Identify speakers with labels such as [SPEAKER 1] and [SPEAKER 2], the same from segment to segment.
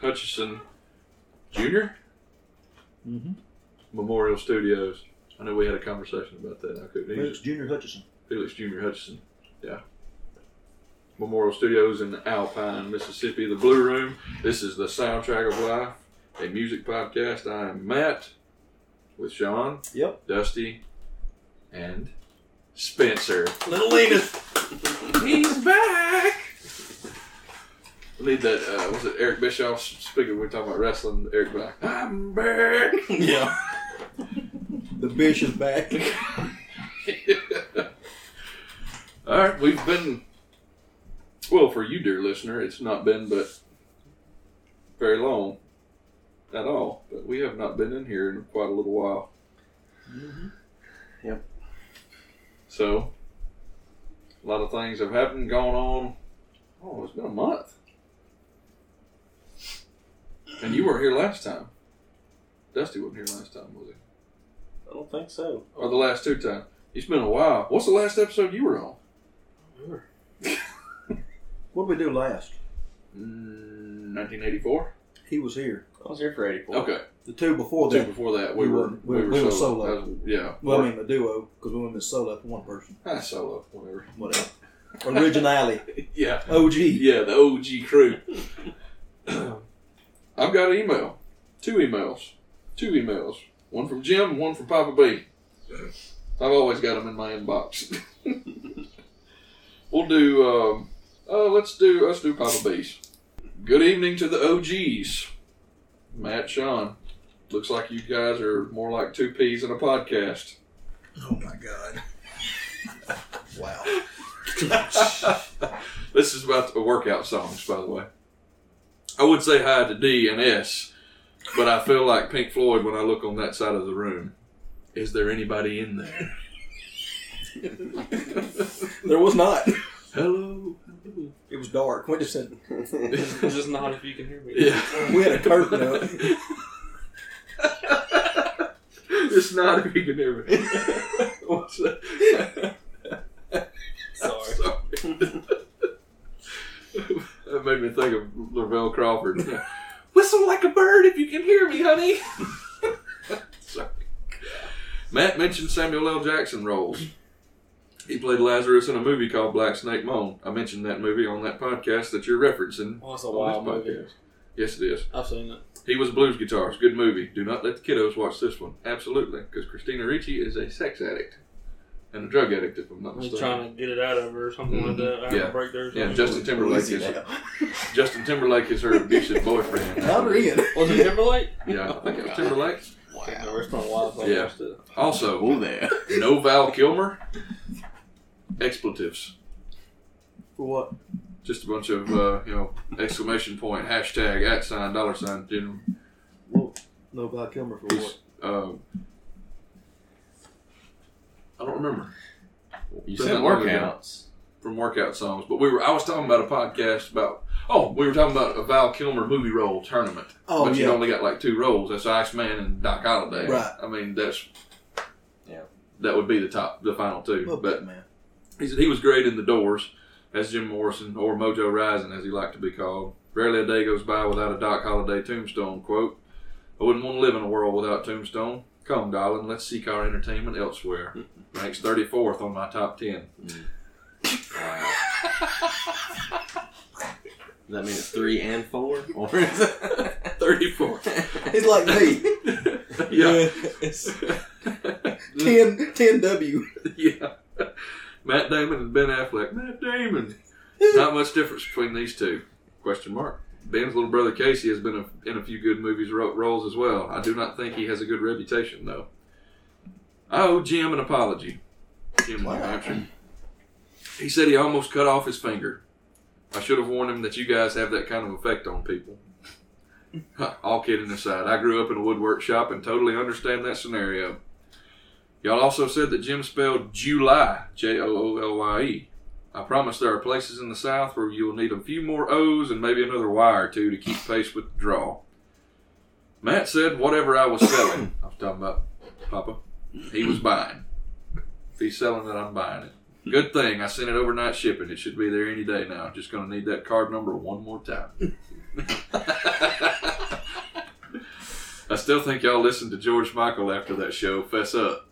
[SPEAKER 1] Hutchison Jr.
[SPEAKER 2] Mm-hmm.
[SPEAKER 1] Memorial Studios. I know we had a conversation about that. I couldn't. Felix,
[SPEAKER 2] Felix Junior Hutchison.
[SPEAKER 1] Felix Jr. Hutchison. Yeah. Memorial Studios in Alpine, Mississippi. The Blue Room. This is the soundtrack of life, a music podcast. I am Matt with Sean,
[SPEAKER 2] Yep.
[SPEAKER 1] Dusty, and Spencer.
[SPEAKER 3] Little Lena's.
[SPEAKER 1] He's back. I need that. Uh, was it Eric Bischoff speaking? We're talking about wrestling. Eric back. I'm back.
[SPEAKER 3] yeah.
[SPEAKER 2] The Bish is back.
[SPEAKER 1] All right, we've been. Well, for you, dear listener, it's not been but very long at all. But we have not been in here in quite a little while.
[SPEAKER 3] Yep.
[SPEAKER 1] So, a lot of things have happened, gone on. Oh, it's been a month. And you were here last time. Dusty wasn't here last time, was he?
[SPEAKER 3] I don't think so.
[SPEAKER 1] Or the last two times. It's been a while. What's the last episode you were on?
[SPEAKER 2] What did we do last?
[SPEAKER 1] 1984.
[SPEAKER 2] He was here.
[SPEAKER 3] I was here for 84.
[SPEAKER 1] Okay,
[SPEAKER 2] the two before
[SPEAKER 1] two
[SPEAKER 2] that.
[SPEAKER 1] before that we,
[SPEAKER 2] we
[SPEAKER 1] were,
[SPEAKER 2] were-
[SPEAKER 1] we were
[SPEAKER 2] we were
[SPEAKER 1] solo.
[SPEAKER 2] solo.
[SPEAKER 1] That was- yeah,
[SPEAKER 2] Well, I mean the duo because we went with solo for one person.
[SPEAKER 1] Ah, solo, whatever.
[SPEAKER 2] Whatever. Originality.
[SPEAKER 1] Yeah,
[SPEAKER 2] OG.
[SPEAKER 1] yeah, the OG crew. I've got an email, two emails, two emails. One from Jim, one from Papa B. I've always got them in my inbox. we'll do. Um, uh, let's do. Let's do Papa B's. Good evening to the OGs, Matt, Sean. Looks like you guys are more like two peas in a podcast.
[SPEAKER 2] Oh my God. wow.
[SPEAKER 1] this is about the workout songs, by the way. I would say hi to D and S, but I feel like Pink Floyd when I look on that side of the room. Is there anybody in there?
[SPEAKER 2] There was not.
[SPEAKER 1] Hello.
[SPEAKER 2] It was dark. We just said
[SPEAKER 4] It's just not if you can hear me.
[SPEAKER 1] Yeah.
[SPEAKER 2] we had a curtain up.
[SPEAKER 1] It's not if you can hear me. What's that?
[SPEAKER 4] Sorry.
[SPEAKER 1] Sorry. that made me think of Lavelle Crawford. Whistle like a bird if you can hear me, honey. Sorry. Matt mentioned Samuel L. Jackson roles. He played Lazarus in a movie called Black Snake Moan. I mentioned that movie on that podcast that you're referencing.
[SPEAKER 4] Well, it's a
[SPEAKER 1] on
[SPEAKER 4] wild
[SPEAKER 1] Oh, this
[SPEAKER 4] movie.
[SPEAKER 1] podcast. Yes, it is.
[SPEAKER 4] I've seen it.
[SPEAKER 1] He was a blues guitarist. Good movie. Do not let the kiddos watch this one. Absolutely, because Christina Ricci is a sex addict and a drug addict, if I'm not
[SPEAKER 4] He's
[SPEAKER 1] mistaken.
[SPEAKER 4] trying to get it out of her or something like that. I had
[SPEAKER 1] Yeah.
[SPEAKER 4] to break theirs.
[SPEAKER 1] Yeah,
[SPEAKER 4] up.
[SPEAKER 1] Justin Timberlake
[SPEAKER 2] Easy
[SPEAKER 1] is
[SPEAKER 2] now.
[SPEAKER 1] Justin Timberlake is her abusive boyfriend.
[SPEAKER 2] Not really.
[SPEAKER 4] Was it Timberlake?
[SPEAKER 1] Yeah, I think it was Timberlake.
[SPEAKER 4] No, it's been a while since I
[SPEAKER 1] Yeah.
[SPEAKER 4] watched it.
[SPEAKER 1] Also,
[SPEAKER 3] Oh, there.
[SPEAKER 1] no Val Kilmer. Expletives.
[SPEAKER 2] For what?
[SPEAKER 1] Just a bunch of uh, you know exclamation point, hashtag, at sign, dollar sign. You
[SPEAKER 2] No, Val Kilmer for
[SPEAKER 1] know,
[SPEAKER 2] what?
[SPEAKER 1] he's, um, I don't remember
[SPEAKER 3] You
[SPEAKER 1] said workouts. from workout songs, but we were. I was talking about a podcast about. Oh, we were talking about a Val Kilmer movie role tournament.
[SPEAKER 2] Oh
[SPEAKER 1] but
[SPEAKER 2] yeah.
[SPEAKER 1] you only got like two roles. That's Iceman and Doc Holliday.
[SPEAKER 2] Right.
[SPEAKER 1] I mean, that's
[SPEAKER 3] Yeah.
[SPEAKER 1] That would be the top, the final two.
[SPEAKER 2] Love
[SPEAKER 1] but
[SPEAKER 2] that man.
[SPEAKER 1] he said he was great in the Doors as Jim Morrison or Mojo Rising, as he liked to be called. Rarely a day goes by without a Doc Holliday tombstone quote. I wouldn't want to live in a world without tombstone. Come, darling, let's seek our entertainment elsewhere. Ranks thirty fourth on my top ten.
[SPEAKER 3] Does that mean it's three and four? Or is it
[SPEAKER 1] Thirty fourth.
[SPEAKER 2] He's like me.
[SPEAKER 1] yeah.
[SPEAKER 3] It's-
[SPEAKER 2] Ten ten W.
[SPEAKER 1] yeah. Matt Damon and Ben Affleck. Matt Damon. Not much difference between these two. Question mark. Ben's little brother Casey has been a, in a few good movies ro- roles as well. I do not think he has a good reputation though. I owe Jim an apology. Jim
[SPEAKER 2] Wow.
[SPEAKER 1] New Hampshire. He said he almost cut off his finger. I should have warned him that you guys have that kind of effect on people. All kidding aside, I grew up in a woodwork shop and totally understand that scenario. Y'all also said that Jim spelled July, J O O L Y E. I promise there are places in the South where you'll need a few more O's and maybe another Y or two to keep pace with the draw. Matt said whatever I was selling, I was talking about Papa, he was buying. If he's selling it, I'm buying it. Good thing I sent it overnight shipping. It should be there any day now. Just going to need that card number one more time. still think y'all listened to George Michael after that show. Fess up.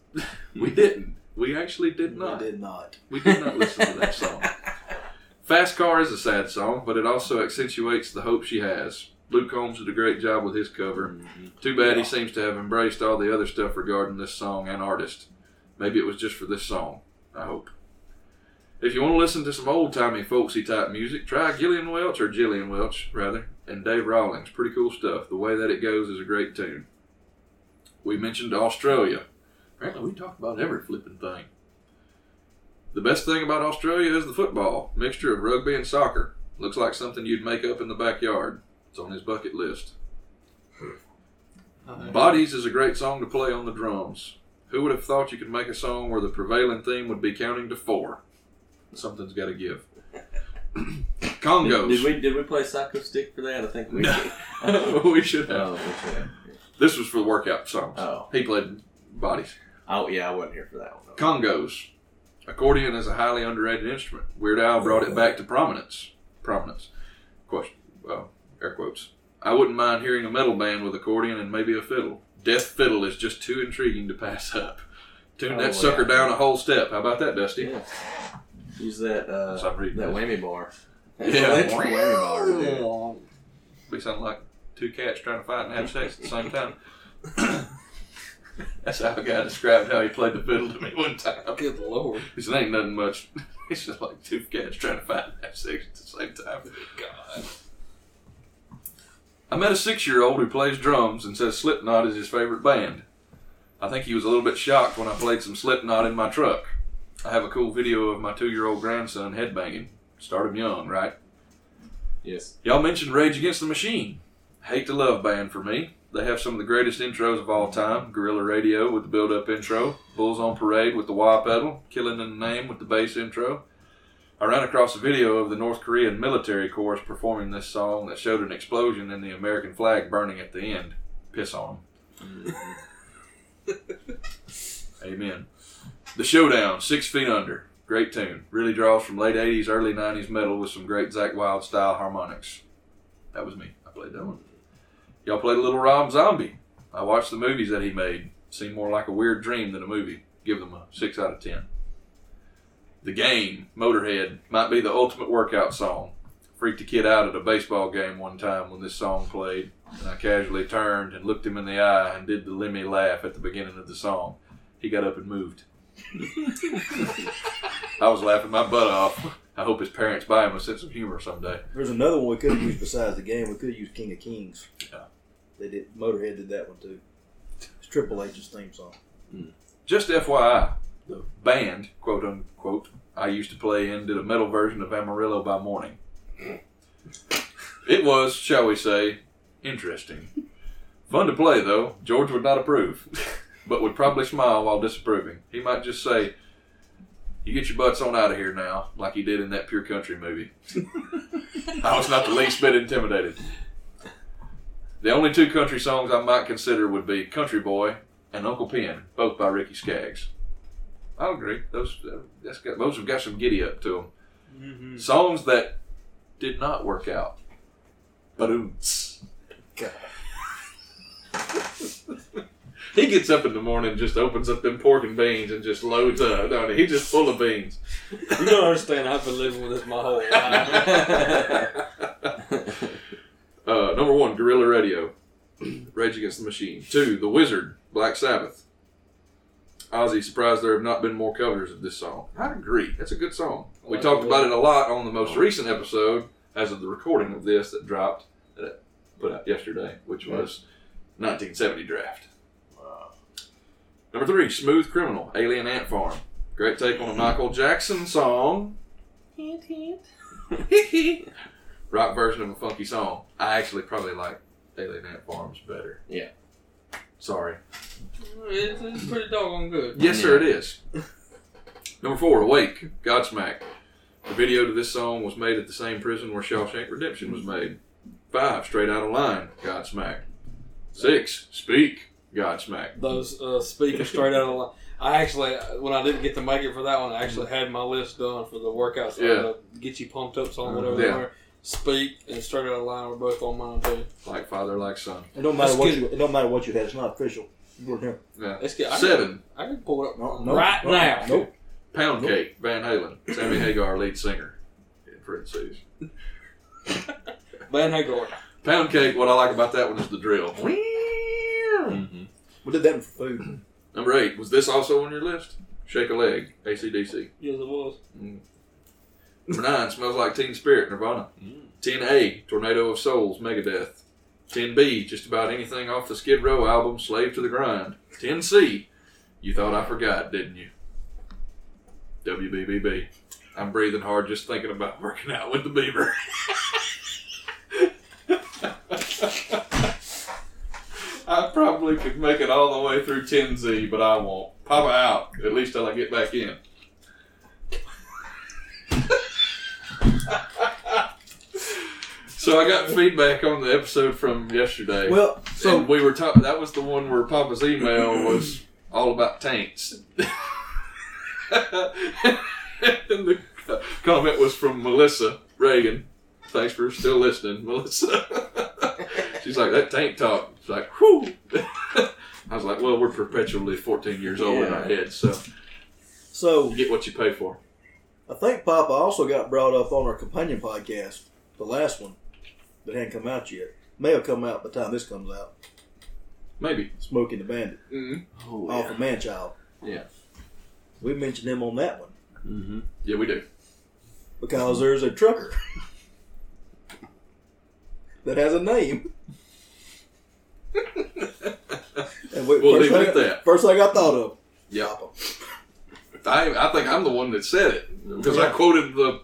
[SPEAKER 1] We didn't. We actually did
[SPEAKER 2] No, I
[SPEAKER 1] not.
[SPEAKER 2] did not.
[SPEAKER 1] We did not listen to that song. Fast Car is a sad song, but it also accentuates the hope she has. Luke Combs did a great job with his cover. Too bad he seems to have embraced all the other stuff regarding this song and artist. Maybe it was just for this song. I hope. If you want to listen to some old timey folksy type music, try Gillian Welch or Gillian Welch, rather, and Dave Rawlings. Pretty cool stuff. The Way That It Goes is a great tune. We mentioned Australia. Apparently, we talk about every flipping thing. The best thing about Australia is the football mixture of rugby and soccer. Looks like something you'd make up in the backyard. It's on his bucket list. Bodies is a great song to play on the drums. Who would have thought you could make a song where the prevailing theme would be counting to four? Something's got to give. Congos.
[SPEAKER 3] Did, did we did we play Psycho Stick for that? I think we did.
[SPEAKER 1] No. we should have.
[SPEAKER 3] Oh, okay.
[SPEAKER 1] This was for the workout songs.
[SPEAKER 3] Oh.
[SPEAKER 1] He played bodies.
[SPEAKER 3] Oh, yeah, I wasn't here for that one. though.
[SPEAKER 1] Congos. Accordion is a highly underrated instrument. Weird Al brought it back to prominence. Prominence. Question. Well, air quotes. I wouldn't mind hearing a metal band with accordion and maybe a fiddle. Death Fiddle is just too intriguing to pass up. Tune
[SPEAKER 3] Oh,
[SPEAKER 1] that sucker
[SPEAKER 3] yeah.
[SPEAKER 1] down a whole step. How about that, Dusty?
[SPEAKER 3] Yeah. Use that uh,
[SPEAKER 1] Stop reading
[SPEAKER 3] that
[SPEAKER 1] this.
[SPEAKER 3] whammy bar.
[SPEAKER 1] Yeah.
[SPEAKER 3] Electric whammy bar. dude.
[SPEAKER 1] We sound like two cats trying to fight and have sex at the same time. That's how a guy described how he played the fiddle to me one time.
[SPEAKER 2] Good lord.
[SPEAKER 1] He said, ain't nothing much. It's just like two cats trying to fight and have sex at the same time. God. I met a six year old who plays drums and says Slipknot is his favorite band. I think he was a little bit shocked when I played some Slipknot in my truck. I have a cool video of my two year old grandson headbanging. Start him young, right?
[SPEAKER 3] Yes.
[SPEAKER 1] Y'all mentioned Rage Against the Machine. Hate to love band for me. They have some of the greatest intros of all time. Gorilla Radio with the build up intro, Bulls on Parade with the Y pedal, Killing in the Name with the bass intro. I ran across a video of the North Korean military corps performing this song that showed an explosion and the American flag burning at the end. Piss on 'em. Amen. The Showdown, Six Feet Under. Great tune. Really draws from late 80s, early 90s metal with some great Zach Wild style harmonics. That was me. I played that one. Y'all played a little Rob Zombie. I watched the movies that he made. Seemed more like a weird dream than a movie. Give them a 6 out of 10. The Game, Motorhead, might be the ultimate workout song. Freaked a kid out at a baseball game one time when this song played, and I casually turned and looked him in the eye and did the Lemmy laugh at the beginning of the song. He got up and moved.
[SPEAKER 3] Mm-hmm.
[SPEAKER 1] I was laughing my butt off. I hope his parents buy him a sense of humor someday.
[SPEAKER 2] There's another one we could have used besides the game. We could have used King of Kings.
[SPEAKER 1] Yeah.
[SPEAKER 2] They did. Motorhead did that one too. It's Triple H's theme song.
[SPEAKER 1] Just FYI, the band, quote unquote, I used to play in did a metal version of Amarillo by Morning. It was, shall we say, interesting. Fun to play, though. George would not approve, but would probably smile while disapproving. He might just say, You get your butts on out of here now, like he did in that Pure Country movie. I was not the least bit intimidated. The only two country songs I might consider would be Country Boy and Uncle Pen, both by Ricky Skaggs. I agree. Those uh, that's got, those have got some giddy up to them.
[SPEAKER 4] Mm-hmm.
[SPEAKER 1] Songs that did not work out. Badoots.
[SPEAKER 2] God.
[SPEAKER 1] he gets up in the morning, just opens up them pork and beans, and just loads up. No, he's just full of beans.
[SPEAKER 4] You don't understand. I've been living with this my whole life.
[SPEAKER 1] Uh, number one, Gorilla Radio, Rage Against the Machine. Two, The Wizard, Black Sabbath. Ozzy, surprised there have not been more covers of this song. I agree. That's a good song. We
[SPEAKER 4] Like
[SPEAKER 1] talked
[SPEAKER 4] the
[SPEAKER 1] about it a lot on the most recent episode, as of the recording of this that dropped, that I put out yesterday, which was 1970 Draft. Number three, Smooth Criminal, Alien Ant Farm. Great take on a Michael Jackson song. Rock version of a funky song. I actually probably like Alien Ant Farms better.
[SPEAKER 3] Yeah.
[SPEAKER 1] Sorry.
[SPEAKER 4] it's, it's pretty doggone good.
[SPEAKER 1] Yes, sir, it is. Number four, Awake, Godsmack. The video to this song was made at the same prison where Shawshank Redemption was made. Five, Straight Out of Line, Godsmack. Six, Speak, Godsmack.
[SPEAKER 4] Those uh, speakers straight out of the line. I actually, when I didn't get to make it for that one, I actually had my list done for the workouts.
[SPEAKER 1] Yeah.
[SPEAKER 4] the get you pumped up song, whatever
[SPEAKER 1] Yeah.
[SPEAKER 4] they were. speak and straight out of line were both on mine too.
[SPEAKER 1] Like father, like son.
[SPEAKER 2] It don't matter
[SPEAKER 4] Let's
[SPEAKER 2] what
[SPEAKER 4] get-
[SPEAKER 2] you. It don't matter what you had. It's not official. We're here.
[SPEAKER 1] Yeah.
[SPEAKER 4] Let's get I Can,
[SPEAKER 1] Seven.
[SPEAKER 4] I can pull it up
[SPEAKER 2] No, no,
[SPEAKER 4] right
[SPEAKER 2] no,
[SPEAKER 4] now.
[SPEAKER 2] Nope.
[SPEAKER 1] Pound
[SPEAKER 2] Nope.
[SPEAKER 1] Cake, Van Halen, Sammy Hagar, lead singer. In parentheses.
[SPEAKER 4] Van Hagar.
[SPEAKER 1] Pound Cake, what I like about that one is the drill.
[SPEAKER 3] Mm-hmm.
[SPEAKER 2] We did that one for food.
[SPEAKER 1] Number eight, was this also on your list? Shake a Leg, ACDC.
[SPEAKER 4] Yes, it was.
[SPEAKER 1] Number nine, Smells Like Teen Spirit, Nirvana.
[SPEAKER 3] Mm.
[SPEAKER 1] 10A, Tornado of Souls, Megadeth. 10B, just about anything off the Skid Row album, Slave to the Grind. 10C, You Thought I Forgot, Didn't You? WBBB. I'm breathing hard just thinking about working out with the beaver. I probably could make it all the way through 10Z, but I won't. Pop out, at least till I get back in. So I got feedback on the episode from yesterday.
[SPEAKER 2] Well,
[SPEAKER 1] So
[SPEAKER 2] so
[SPEAKER 1] we were talking. That was the one where Papa's email was all about tanks. and the co- comment was from Melissa Reagan. Thanks for still listening, Melissa. She's like that tank talk. It's like, whew. I was like, well, we're perpetually 14 years old in our heads, so
[SPEAKER 2] so
[SPEAKER 1] you get what you pay for.
[SPEAKER 2] I think Papa also got brought up on our companion podcast, the last one that hadn't come out yet. May have come out by the time this comes out.
[SPEAKER 1] Maybe.
[SPEAKER 2] Smoking the Bandit
[SPEAKER 1] mm
[SPEAKER 3] Oh,
[SPEAKER 2] off
[SPEAKER 3] yeah.
[SPEAKER 2] of Manchild.
[SPEAKER 1] Yeah.
[SPEAKER 2] We mentioned him on that one
[SPEAKER 3] Mm-hmm.
[SPEAKER 1] Yeah, we do.
[SPEAKER 2] because there's a trucker that has a name. and we,
[SPEAKER 1] We'll leave it
[SPEAKER 2] first thing
[SPEAKER 1] at
[SPEAKER 2] I-
[SPEAKER 1] that.
[SPEAKER 2] First thing I thought of.
[SPEAKER 1] Yeah,
[SPEAKER 2] Papa.
[SPEAKER 1] I, I think I'm the one that said it because I
[SPEAKER 2] Yeah.
[SPEAKER 1] quoted the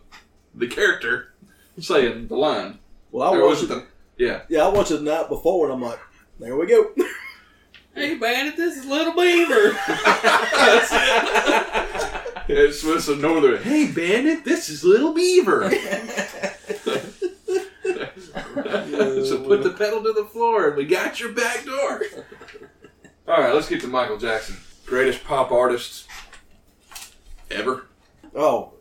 [SPEAKER 1] the character saying the line.
[SPEAKER 2] Well, I
[SPEAKER 1] There
[SPEAKER 2] watched
[SPEAKER 1] was
[SPEAKER 2] it.
[SPEAKER 1] the, yeah.
[SPEAKER 2] Yeah, I watched it the night before, and I'm like, there we go.
[SPEAKER 4] Hey, Bandit, this is Little Beaver.
[SPEAKER 1] That's it. It's with some northern. Hey, Bandit, this is Little Beaver. so put the pedal to the floor, and we got your back door. All right, let's get to Michael Jackson, greatest pop artist ever,
[SPEAKER 2] oh,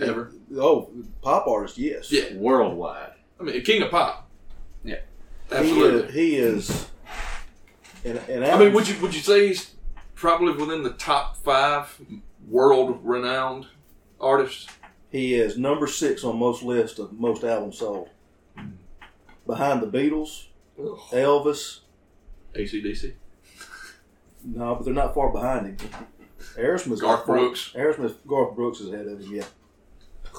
[SPEAKER 1] ever.
[SPEAKER 2] oh, pop artist, yes.
[SPEAKER 1] Yeah.
[SPEAKER 3] Worldwide.
[SPEAKER 1] I mean, king of pop.
[SPEAKER 3] Yeah.
[SPEAKER 2] he uh,
[SPEAKER 1] absolutely.
[SPEAKER 2] is. He is and, and
[SPEAKER 1] I mean, would you would you say he's probably within the top five world renowned artists?
[SPEAKER 2] he is number six on most list of most albums sold, behind the Beatles, Elvis.
[SPEAKER 1] ACDC.
[SPEAKER 2] No, but they're not far behind him. Aerosmith.
[SPEAKER 1] Garth Brooks.
[SPEAKER 2] Aerosmith. Garth Brooks is ahead of him. Yeah.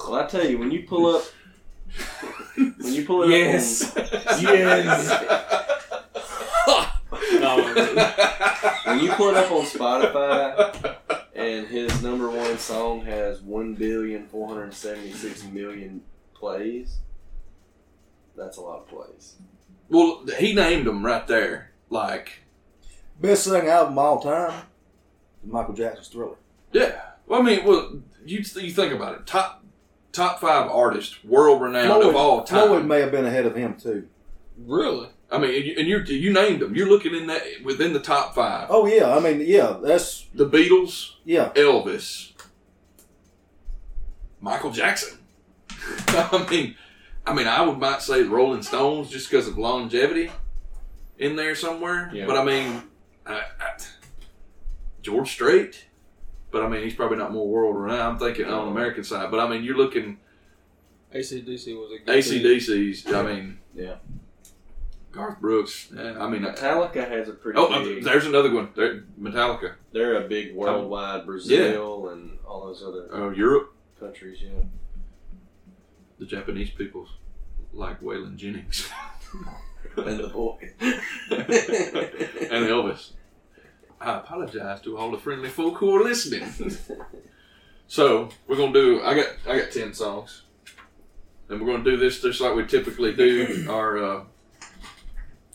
[SPEAKER 3] Well, I tell you, when you pull up, when you pull it up,
[SPEAKER 4] yes.
[SPEAKER 1] Yes.
[SPEAKER 4] no,
[SPEAKER 3] on, when you pull it up on Spotify, and his number one song has one billion four hundred seventy-six million plays. That's a lot of plays.
[SPEAKER 1] well, he named them right there. Like,
[SPEAKER 2] Best selling album of all time. Michael Jackson's Thriller.
[SPEAKER 1] yeah. Well, I mean, well, you you think about it. Top top five artists, world renowned
[SPEAKER 2] Floyd-
[SPEAKER 1] of all time.
[SPEAKER 2] Floyd may have been ahead of him too.
[SPEAKER 4] really?
[SPEAKER 1] I mean, and you, and you you named them. You're looking in that within the top five.
[SPEAKER 2] Oh yeah, I mean yeah, that's
[SPEAKER 1] The Beatles,
[SPEAKER 2] yeah.
[SPEAKER 1] Elvis, Michael Jackson. I mean, I mean, I would might say the Rolling Stones just because of longevity in there somewhere.
[SPEAKER 3] Yeah.
[SPEAKER 1] But I mean, I, I, George Strait. But I mean, he's probably not more world renowned. I'm thinking on the American side. But I mean, you're looking
[SPEAKER 4] ACDC was a good
[SPEAKER 1] ACDC's. I mean,
[SPEAKER 3] Yeah.
[SPEAKER 1] Garth Brooks. Yeah, I mean. I,
[SPEAKER 3] Metallica has a pretty.
[SPEAKER 1] Oh,
[SPEAKER 3] big,
[SPEAKER 1] there's another one. There, Metallica.
[SPEAKER 3] they're a big worldwide Brazil and all those other
[SPEAKER 1] Oh, Europe.
[SPEAKER 3] countries. Yeah,
[SPEAKER 1] The Japanese people like Waylon Jennings.
[SPEAKER 3] and the boy.
[SPEAKER 1] and Elvis. I apologize to all the friendly folk who are listening. so we're gonna do. I got I got ten songs, and we're gonna do this just like we typically do our uh,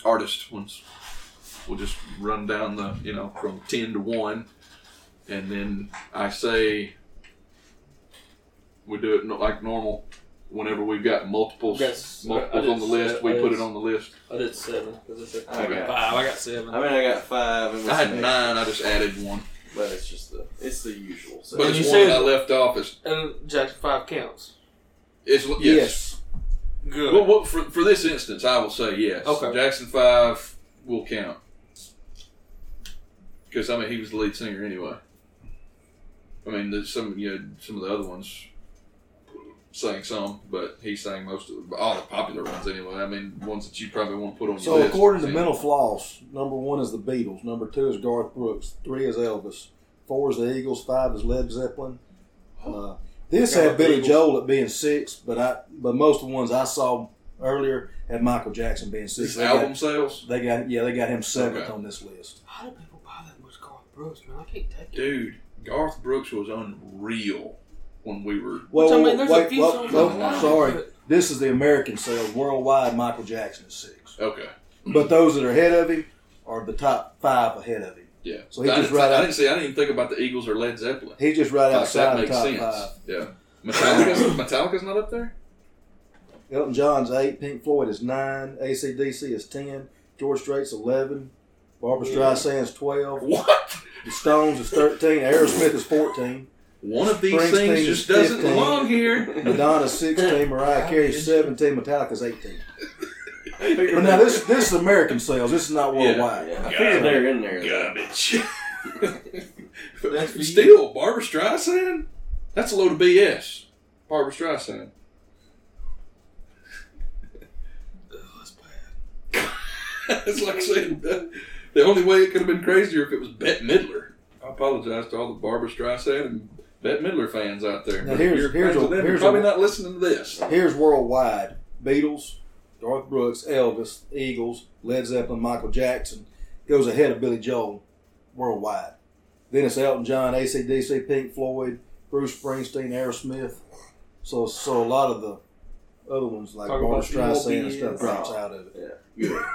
[SPEAKER 1] artist ones. We'll just run down the you know from ten to one, and then I say we do it no- like normal. Whenever we've got multiples,
[SPEAKER 4] Yes, I- I
[SPEAKER 1] multiples
[SPEAKER 4] did
[SPEAKER 1] on the list, we
[SPEAKER 4] say- I
[SPEAKER 1] put
[SPEAKER 4] did-
[SPEAKER 1] it on the list.
[SPEAKER 4] I did seven. 'cause I said
[SPEAKER 3] I got-
[SPEAKER 4] five. I got seven.
[SPEAKER 3] I mean, I got five. And
[SPEAKER 1] I
[SPEAKER 3] what's
[SPEAKER 1] had
[SPEAKER 3] next?
[SPEAKER 1] nine. I just added one.
[SPEAKER 3] but it's just the it's the usual. So
[SPEAKER 1] But
[SPEAKER 4] And
[SPEAKER 1] it's
[SPEAKER 4] you
[SPEAKER 1] one
[SPEAKER 4] said-
[SPEAKER 1] that I left off. It's,
[SPEAKER 4] and Jackson five counts.
[SPEAKER 1] it's yes.
[SPEAKER 2] Yes.
[SPEAKER 4] Good.
[SPEAKER 1] Well, well for, for this instance, I will say yes.
[SPEAKER 4] Okay.
[SPEAKER 1] Jackson 5 will count. Because, I mean, he was the lead singer anyway. I mean, there's some, you know, some of the other ones sang some, but he sang most of the, all the popular ones anyway. I mean, ones that you probably want to put on
[SPEAKER 2] So
[SPEAKER 1] your list.
[SPEAKER 2] according to Mental Floss, number one is the Beatles, number two is Garth Brooks, three is Elvis, four is the Eagles, five is Led Zeppelin. Uh, this
[SPEAKER 4] Got
[SPEAKER 2] had
[SPEAKER 4] the
[SPEAKER 2] Billy
[SPEAKER 4] Beatles.
[SPEAKER 2] Joel at being six, but I but most of the ones I saw earlier had Michael Jackson being six.
[SPEAKER 1] This
[SPEAKER 2] They got-
[SPEAKER 1] album sales?
[SPEAKER 2] they got yeah, they got him seventh
[SPEAKER 1] Okay.
[SPEAKER 2] on this list.
[SPEAKER 4] How do people buy that much Garth Brooks, man? I can't take it.
[SPEAKER 1] Dude, Garth Brooks was unreal when we were.
[SPEAKER 2] Well,
[SPEAKER 4] Which, I mean, there's
[SPEAKER 2] wait,
[SPEAKER 4] a few
[SPEAKER 2] well,
[SPEAKER 4] songs
[SPEAKER 2] well,
[SPEAKER 4] I like,
[SPEAKER 2] sorry,
[SPEAKER 4] but-
[SPEAKER 2] this is the American sales worldwide. Michael Jackson is six,
[SPEAKER 1] Okay.
[SPEAKER 2] but those that are ahead of him are the top five ahead of him.
[SPEAKER 1] Yeah.
[SPEAKER 2] So he
[SPEAKER 1] I,
[SPEAKER 2] just
[SPEAKER 1] didn't,
[SPEAKER 2] right
[SPEAKER 1] I
[SPEAKER 2] out-
[SPEAKER 1] didn't see, I didn't even think about the Eagles or Led Zeppelin.
[SPEAKER 2] He's just right
[SPEAKER 1] Like, that
[SPEAKER 2] outside the
[SPEAKER 1] makes
[SPEAKER 2] top
[SPEAKER 1] sense.
[SPEAKER 2] five.
[SPEAKER 1] Yeah. Metallica's, Metallica's not up there?
[SPEAKER 2] Elton John's eight, Pink Floyd is nine, ACDC is ten, George Strait's eleven, Barbara Streisand's twelve,
[SPEAKER 1] What?
[SPEAKER 2] The Stones is thirteen, Aerosmith is fourteen,
[SPEAKER 1] One of these
[SPEAKER 2] Springsteen
[SPEAKER 1] things
[SPEAKER 2] is
[SPEAKER 1] just doesn't
[SPEAKER 2] 15.
[SPEAKER 1] belong here.
[SPEAKER 2] Madonna's sixteen, Mariah Carey's seventeen, Metallica's eighteen. But now this this is American sales. This is not worldwide.
[SPEAKER 3] Yeah, I figured they were in there.
[SPEAKER 1] Garbage.
[SPEAKER 4] That's for you.
[SPEAKER 1] Still, Barbara Streisand? That's a load of BS. Barbara Streisand.
[SPEAKER 4] Ugh, that's bad.
[SPEAKER 1] it's like saying that- the only way it could have been crazier if it was Bette Midler. I apologize to all the Barbara Streisand and Bette Midler fans out there.
[SPEAKER 2] Now,
[SPEAKER 1] But
[SPEAKER 2] here's-
[SPEAKER 1] if you're
[SPEAKER 2] here's
[SPEAKER 1] fans
[SPEAKER 2] a-
[SPEAKER 1] of them,
[SPEAKER 2] here's
[SPEAKER 1] you're probably
[SPEAKER 2] a-
[SPEAKER 1] not listening to this.
[SPEAKER 2] Here's worldwide: Beatles, Garth Brooks, Elvis, Eagles, Led Zeppelin, Michael Jackson goes ahead of Billy Joel worldwide. Then it's Elton John, ACDC, Pink Floyd, Bruce Springsteen, Aerosmith. So so a lot of the other ones like
[SPEAKER 4] Talk
[SPEAKER 2] Barbra
[SPEAKER 4] about E
[SPEAKER 2] Streisand and
[SPEAKER 4] ULBs.
[SPEAKER 2] stuff drops out of it.
[SPEAKER 3] Good.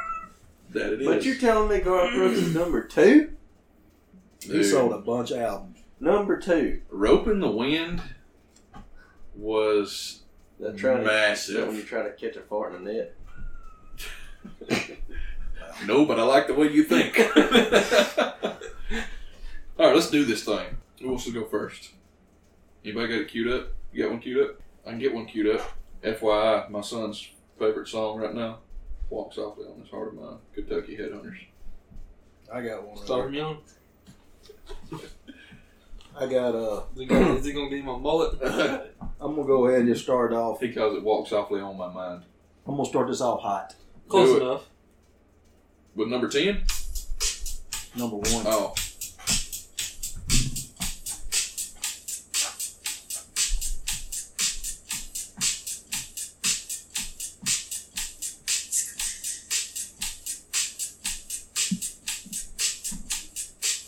[SPEAKER 1] That it is.
[SPEAKER 3] But you're telling me Garth Brooks is number two?
[SPEAKER 2] He
[SPEAKER 1] Dude.
[SPEAKER 2] sold a bunch of albums.
[SPEAKER 3] Number two.
[SPEAKER 1] Rope in the Wind was
[SPEAKER 3] That trying To, when you
[SPEAKER 1] massive.
[SPEAKER 3] try to catch a fart in a net.
[SPEAKER 1] No, but I like the way you think. All right, let's do this thing. Who wants to go first? Anybody got it queued up? You got one queued up? I can get one queued up. FYI, my son's favorite song right now walks off down this heart of mine. Kentucky Headhunters.
[SPEAKER 2] I got one. right
[SPEAKER 4] Start him young.
[SPEAKER 2] here. I got uh.
[SPEAKER 4] Is he gonna, is he gonna be my mullet?
[SPEAKER 2] I'm gonna go ahead and just start off.
[SPEAKER 1] he calls it "Walks Softly on My Mind."
[SPEAKER 2] I'm gonna start this off hot.
[SPEAKER 4] Close
[SPEAKER 1] Do it.
[SPEAKER 4] enough.
[SPEAKER 1] With number ten?
[SPEAKER 2] Number one.
[SPEAKER 1] Oh,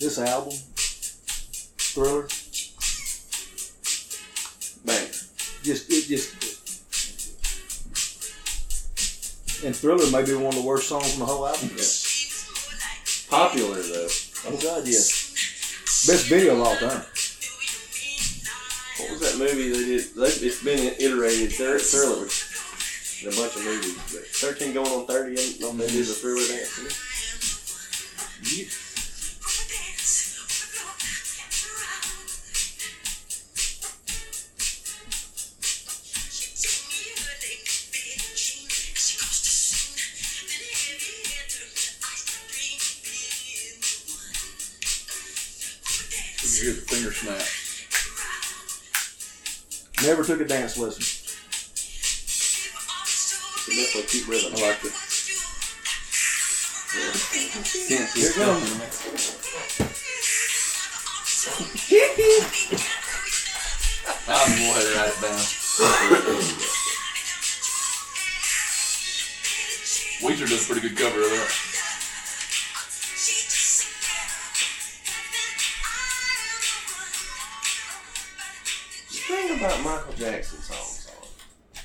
[SPEAKER 2] This album, Thriller,
[SPEAKER 3] Bang.
[SPEAKER 2] just it just and Thriller may be one of the worst songs on the whole album.
[SPEAKER 3] Popular though.
[SPEAKER 2] Oh God, yeah. Best video of all time.
[SPEAKER 3] What was that movie they did? They, it's been iterated. Thir- thriller. with A bunch of movies. But 13 going on 30. I don't know if they did the thriller dance.
[SPEAKER 1] you hear the finger snap.
[SPEAKER 2] Never took a dance lesson.
[SPEAKER 3] It's definitely keep rhythm.
[SPEAKER 1] I like it.
[SPEAKER 2] Here it comes.
[SPEAKER 1] I'm gonna head right down. Weezer does a pretty good cover of that.
[SPEAKER 3] The thing about Michael Jackson songs, though,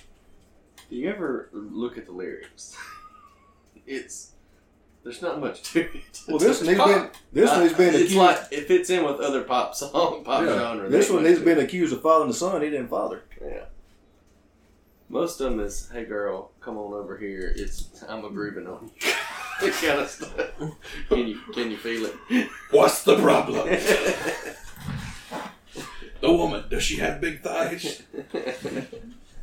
[SPEAKER 3] do you ever look at the lyrics? It's there's not much to it.
[SPEAKER 2] Well, this needs been this
[SPEAKER 3] Uh,
[SPEAKER 2] one's been
[SPEAKER 3] it's
[SPEAKER 2] accused.
[SPEAKER 3] like it fits in with other pop song, pop
[SPEAKER 1] Yeah.
[SPEAKER 3] genre.
[SPEAKER 2] this
[SPEAKER 3] They
[SPEAKER 2] one
[SPEAKER 3] went
[SPEAKER 2] has
[SPEAKER 3] to-
[SPEAKER 2] been accused of fathering the son. He didn't father.
[SPEAKER 3] Yeah. Most of them is, "Hey girl, come on over here. It's I'm a grooving on you." that kind of stuff. Can you can you feel it?
[SPEAKER 1] What's the problem? the woman, does she have big thighs?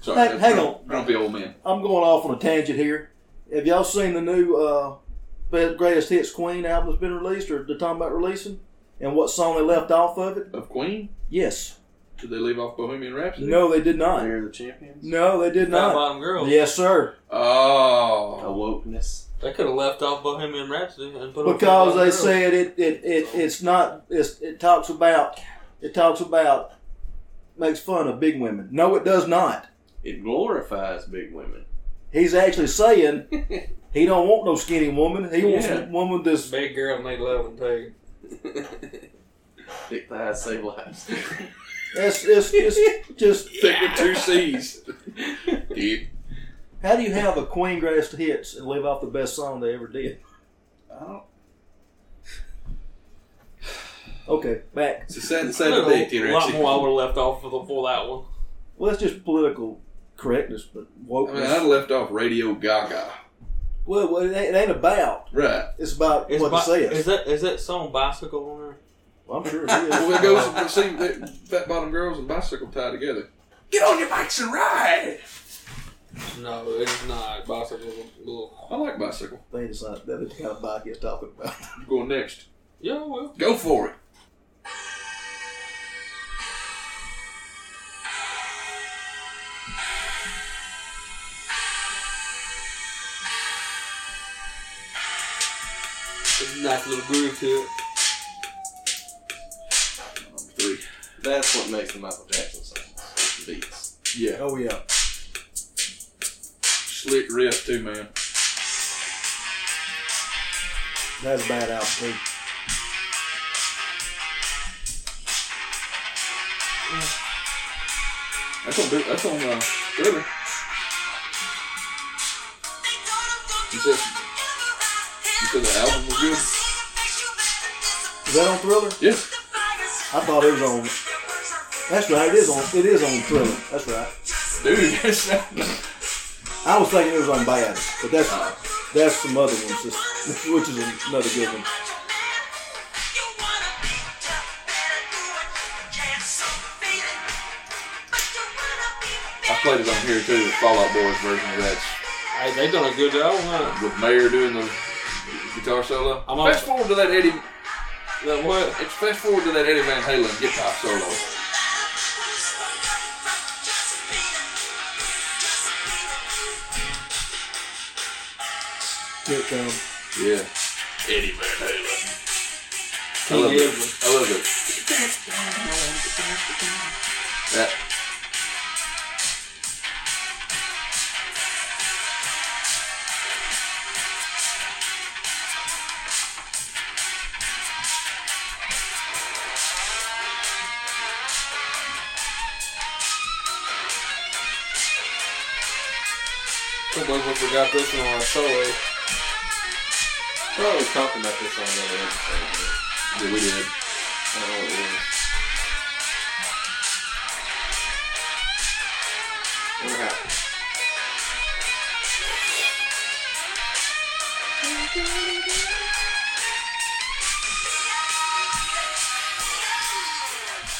[SPEAKER 1] Sorry,
[SPEAKER 2] Hey,
[SPEAKER 1] that's
[SPEAKER 2] hang
[SPEAKER 1] grump-
[SPEAKER 2] on.
[SPEAKER 1] grumpy old man.
[SPEAKER 2] I'm going off on a tangent here. Have y'all seen the new uh, Best Greatest Hits Queen album that's been released, or they're talking about releasing, and what song they left off of it?
[SPEAKER 1] Of Queen,
[SPEAKER 2] Yes.
[SPEAKER 1] did they leave off Bohemian Rhapsody?
[SPEAKER 2] No, they did not.
[SPEAKER 3] They're the champions.
[SPEAKER 2] No, they did
[SPEAKER 4] Fat
[SPEAKER 2] not.
[SPEAKER 4] Bottom Girls.
[SPEAKER 2] Yes, sir.
[SPEAKER 1] Oh,
[SPEAKER 3] Awokeness.
[SPEAKER 4] They could have left off Bohemian Rhapsody and put on Fat
[SPEAKER 2] Because
[SPEAKER 4] Bottom
[SPEAKER 2] they
[SPEAKER 4] Girls.
[SPEAKER 2] said it, it, it it's not it's, it talks about it talks about makes fun of big women. No, it does not.
[SPEAKER 3] It glorifies big women.
[SPEAKER 2] He's actually saying he don't want no skinny woman. He wants
[SPEAKER 3] Yeah.
[SPEAKER 2] a woman that's
[SPEAKER 4] big girl made love and take.
[SPEAKER 3] Thick thighs save lives.
[SPEAKER 2] it's, it's, it's just
[SPEAKER 1] thick with two C's. Dude,
[SPEAKER 2] How do you have a Queen greatest hits and live off the best song they ever did?
[SPEAKER 1] I don't-
[SPEAKER 2] Okay, back.
[SPEAKER 1] it's a sad,
[SPEAKER 4] A
[SPEAKER 1] sad
[SPEAKER 4] lot
[SPEAKER 1] day,
[SPEAKER 4] more
[SPEAKER 1] T-Rex.
[SPEAKER 4] I would have left off for, the, for that one.
[SPEAKER 2] Well, that's just political correctness, but
[SPEAKER 1] I mean,
[SPEAKER 2] wokeness.
[SPEAKER 1] I left off Radio Gaga.
[SPEAKER 2] well, well, it ain't, it ain't about.
[SPEAKER 1] Right.
[SPEAKER 2] It's about
[SPEAKER 4] Is
[SPEAKER 2] what
[SPEAKER 4] bi-
[SPEAKER 2] it says.
[SPEAKER 4] Is that is that song bicycle on there?
[SPEAKER 2] Well, I'm sure it is.
[SPEAKER 1] Well, it goes but see that fat bottom girls and bicycle tie together. Get on your bikes and ride.
[SPEAKER 4] No, it's not bicycle. Ugh.
[SPEAKER 1] I like bicycle.
[SPEAKER 2] they decide that is the kind of bike he's talking about.
[SPEAKER 1] You going next?
[SPEAKER 4] Yeah, well,
[SPEAKER 1] Go for it.
[SPEAKER 4] it's a nice little groove to it.
[SPEAKER 1] Number three.
[SPEAKER 3] That's what makes the Michael Jackson songs. Beats.
[SPEAKER 1] Yeah.
[SPEAKER 2] Oh yeah,
[SPEAKER 1] Slick riff too, man.
[SPEAKER 2] that's a bad album too.
[SPEAKER 1] That's on. That's on. Uh, Thriller. You said, you said the album was good.
[SPEAKER 2] Is that on Thriller?
[SPEAKER 1] Yeah.
[SPEAKER 2] I thought it was on. That's right. It is on. It is on Thriller. That's right.
[SPEAKER 1] Dude, that's not.
[SPEAKER 2] I was thinking it was on Bad, but that's that's some other ones, just, which is another good one.
[SPEAKER 1] I played it on here too. The Fallout Boys version of that
[SPEAKER 4] Hey, they done a good job on that.
[SPEAKER 1] with Mayer doing the guitar solo.
[SPEAKER 4] I'm
[SPEAKER 1] fast
[SPEAKER 4] also-
[SPEAKER 1] forward to that Eddie.
[SPEAKER 4] That what?
[SPEAKER 1] It's fast forward to that Eddie Van Halen guitar solo.
[SPEAKER 2] Here it comes.
[SPEAKER 1] Yeah. Eddie Van Halen. I
[SPEAKER 4] King
[SPEAKER 1] love
[SPEAKER 4] Gizzard.
[SPEAKER 1] it. I love it. That.
[SPEAKER 4] Can't believe we forgot this one on our solo.
[SPEAKER 3] We're always talking about this on another episode.
[SPEAKER 1] Yeah, we did.
[SPEAKER 3] but I don't know what it is. What happened?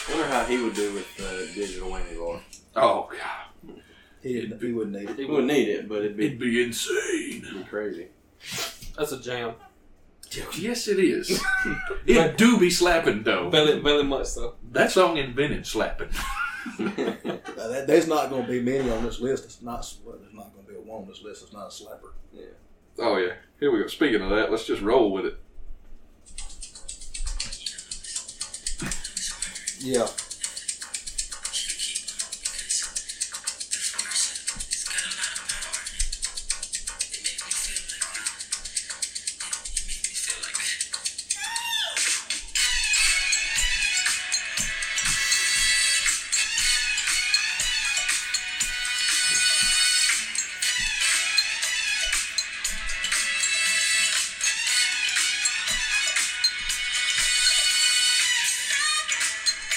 [SPEAKER 3] Wonder how he would do with the digital whammy bar.
[SPEAKER 1] Oh god,
[SPEAKER 2] He didn't. He wouldn't need it.
[SPEAKER 3] He wouldn't need it, but it'd be,
[SPEAKER 1] it'd be insane.
[SPEAKER 3] it'd be crazy.
[SPEAKER 4] That's a jam.
[SPEAKER 1] Yes, it is. it do be slapping though.
[SPEAKER 4] Belly, belly much though.
[SPEAKER 1] That song invented slapping.
[SPEAKER 3] Oh.
[SPEAKER 2] Now, that, there's not going to be many on this list. It's not. Well, there's not going to be a one on this list. It's not a slapper.
[SPEAKER 1] Oh yeah. Here we go. Speaking of that, let's just roll with it.
[SPEAKER 2] Yeah.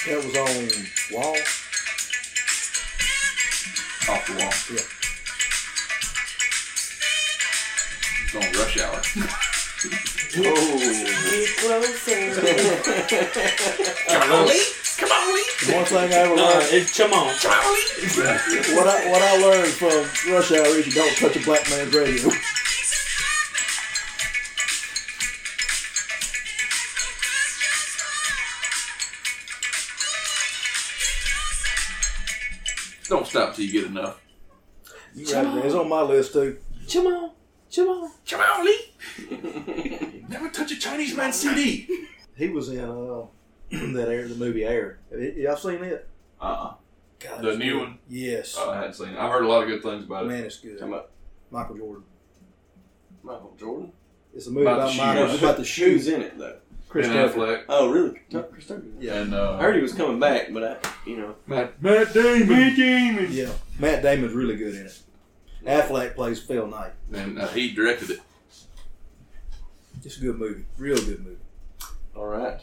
[SPEAKER 2] That was on Wall.
[SPEAKER 1] Off the wall.
[SPEAKER 2] Yeah.
[SPEAKER 1] It's on rush hour.
[SPEAKER 3] Oh.
[SPEAKER 5] Get closer.
[SPEAKER 3] That's
[SPEAKER 4] Come on,
[SPEAKER 2] The one thing I ever
[SPEAKER 4] No,
[SPEAKER 2] learned,
[SPEAKER 4] it's come on.
[SPEAKER 2] what I, what I learned from Rush Hour is you don't touch a black man's radio.
[SPEAKER 1] Don't stop till you get enough.
[SPEAKER 2] You right, man. It's on my list too.
[SPEAKER 4] Come on. Come on.
[SPEAKER 1] Come on, Lee. Never touch a Chinese man CD.
[SPEAKER 2] He was in uh, that air, the movie Air. Y- Y'all seen it?
[SPEAKER 1] Uh-uh.
[SPEAKER 2] God,
[SPEAKER 1] The
[SPEAKER 2] it's
[SPEAKER 1] new
[SPEAKER 2] good.
[SPEAKER 1] one?
[SPEAKER 2] Yes.
[SPEAKER 1] I hadn't seen it. I've heard a lot of good things about it.
[SPEAKER 2] Man, it's good.
[SPEAKER 3] Come up.
[SPEAKER 2] Michael Jordan.
[SPEAKER 3] Michael Jordan.
[SPEAKER 2] It's a movie
[SPEAKER 1] About
[SPEAKER 2] about,
[SPEAKER 1] the
[SPEAKER 2] Michael.
[SPEAKER 1] shoes.
[SPEAKER 2] It's about the
[SPEAKER 3] Who's
[SPEAKER 2] shoes.
[SPEAKER 3] in it though?
[SPEAKER 2] Chris
[SPEAKER 1] ben
[SPEAKER 2] Tucker.
[SPEAKER 1] Affleck.
[SPEAKER 3] Oh, really? Tuck- Chris Tucker.
[SPEAKER 2] Yeah.
[SPEAKER 1] And, uh,
[SPEAKER 3] I heard he was coming back, but I, you know,
[SPEAKER 1] Matt, Matt Damon. Matt Damon.
[SPEAKER 2] Yeah. Matt Damon's really good in it. Affleck plays Phil Knight.
[SPEAKER 1] And uh, he directed it.
[SPEAKER 2] It's a good movie. Real good movie.
[SPEAKER 3] all right,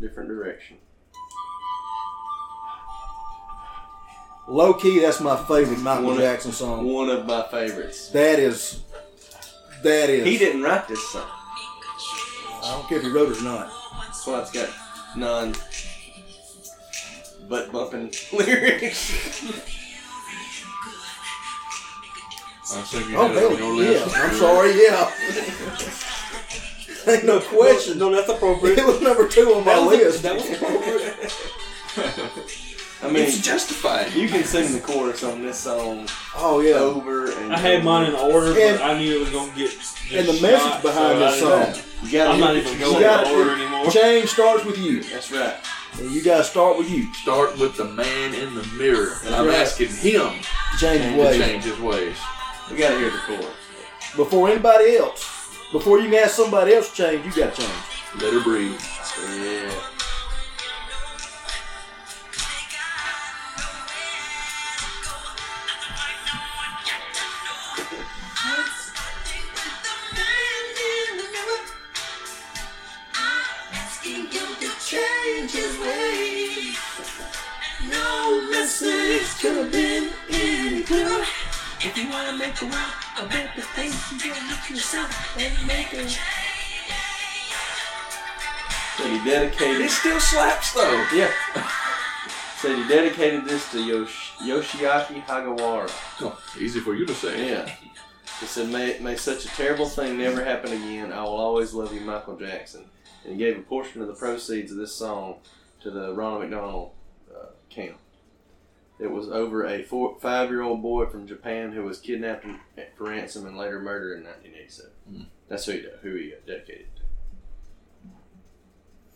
[SPEAKER 3] different direction.
[SPEAKER 2] Low key, that's my favorite Michael
[SPEAKER 3] One of-
[SPEAKER 2] Jackson song.
[SPEAKER 3] One of my favorites.
[SPEAKER 2] That is. That is.
[SPEAKER 3] He didn't write this song.
[SPEAKER 2] I don't care if he wrote it or not.
[SPEAKER 3] That's why it's got non butt bumping lyrics.
[SPEAKER 1] I'm singing
[SPEAKER 2] Oh,
[SPEAKER 1] it
[SPEAKER 2] hell,
[SPEAKER 1] on your
[SPEAKER 2] yeah.
[SPEAKER 1] list.
[SPEAKER 2] I'm sorry, yeah. Ain't no question.
[SPEAKER 4] No, that's appropriate.
[SPEAKER 2] It was number two on my
[SPEAKER 4] That was-
[SPEAKER 2] list.
[SPEAKER 4] That was appropriate.
[SPEAKER 3] I mean,
[SPEAKER 1] it's justified.
[SPEAKER 3] you can sing the chorus on this song
[SPEAKER 2] Oh, yeah.
[SPEAKER 3] over and
[SPEAKER 4] I had mine in order, but
[SPEAKER 2] And-
[SPEAKER 4] I knew it was gonna get.
[SPEAKER 2] And the
[SPEAKER 4] shot,
[SPEAKER 2] message behind
[SPEAKER 4] so I
[SPEAKER 2] this
[SPEAKER 4] didn't-
[SPEAKER 2] song.
[SPEAKER 3] You gotta
[SPEAKER 4] I'm not
[SPEAKER 3] hit the
[SPEAKER 4] even
[SPEAKER 3] chord.
[SPEAKER 4] going
[SPEAKER 2] gotta-
[SPEAKER 4] in order anymore.
[SPEAKER 2] Change starts with you.
[SPEAKER 3] That's right.
[SPEAKER 2] And you guys start with you.
[SPEAKER 1] Start with the man in the mirror. And I'm
[SPEAKER 2] Right.
[SPEAKER 1] asking him
[SPEAKER 2] Change
[SPEAKER 1] to
[SPEAKER 2] of ways.
[SPEAKER 1] change his ways.
[SPEAKER 3] We gotta hear the chorus.
[SPEAKER 2] Before anybody else, before you can ask somebody else to change, you got to change.
[SPEAKER 1] Let her breathe.
[SPEAKER 3] Yeah.
[SPEAKER 5] If you wanna make a world a better place, you gotta look yourself and make a
[SPEAKER 3] Said he dedicated.
[SPEAKER 1] still slaps though.
[SPEAKER 3] Yeah. Said he dedicated this to Yosh- Yoshiaki Hagawara.
[SPEAKER 1] Easy for you to say.
[SPEAKER 3] Yeah. He said, may, may such a terrible thing never happen again. I will always love you, Michael Jackson. And he gave a portion of the proceeds of this song to the Ronald McDonald uh, camp. It was over a four, five-year-old boy from Japan who was kidnapped and- for ransom and later murdered in 1987.
[SPEAKER 1] Mm.
[SPEAKER 3] That's who he, who he uh, dedicated it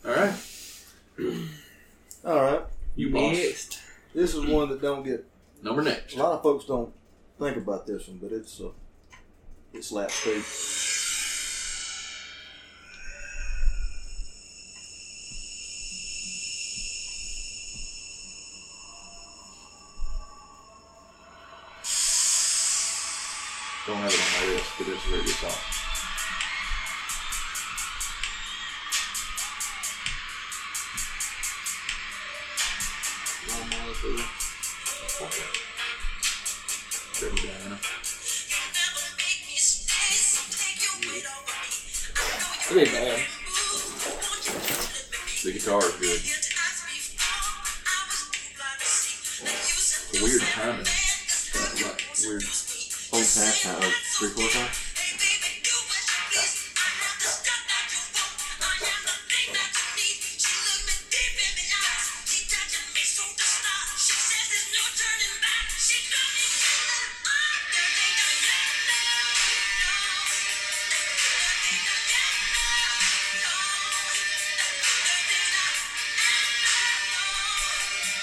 [SPEAKER 3] to.
[SPEAKER 1] All right.
[SPEAKER 2] All right.
[SPEAKER 1] You boss.
[SPEAKER 2] This is one that don't get
[SPEAKER 1] Number next.
[SPEAKER 2] a lot of folks don't think about this one, but it's uh, it slaps too.
[SPEAKER 1] Don't have it on my list, but it's a really good song. Dirty Diana.
[SPEAKER 4] It ain't bad.
[SPEAKER 1] The guitar is good. Weird timing. That, like, weird.
[SPEAKER 3] Whole half time, oh, three quarter time?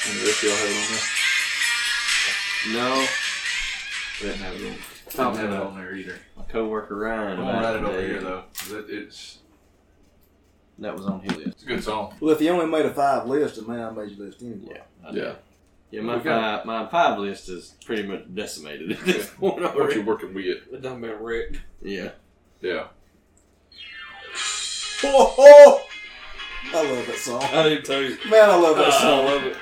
[SPEAKER 1] And the rest of y'all have it on there?
[SPEAKER 3] No.
[SPEAKER 1] They didn't have it on. Didn't have it on there either.
[SPEAKER 3] My coworker Ryan.
[SPEAKER 1] I'm gonna write it over
[SPEAKER 3] today.
[SPEAKER 1] here though. 'cause It, it's
[SPEAKER 3] That was on his list.
[SPEAKER 1] it's a good song.
[SPEAKER 2] Well, if you only made a five list, then man, I made your list anyway.
[SPEAKER 1] Yeah.
[SPEAKER 3] Yeah, my
[SPEAKER 1] We got-
[SPEAKER 3] five, my five list is pretty much decimated at this point
[SPEAKER 1] What you
[SPEAKER 3] already.
[SPEAKER 1] working with?
[SPEAKER 4] It done been wrecked.
[SPEAKER 3] Yeah.
[SPEAKER 1] Yeah.
[SPEAKER 2] Oh, oh! I love that song.
[SPEAKER 4] I do too.
[SPEAKER 2] Man, I love that
[SPEAKER 4] Uh, I
[SPEAKER 2] song.
[SPEAKER 4] love it.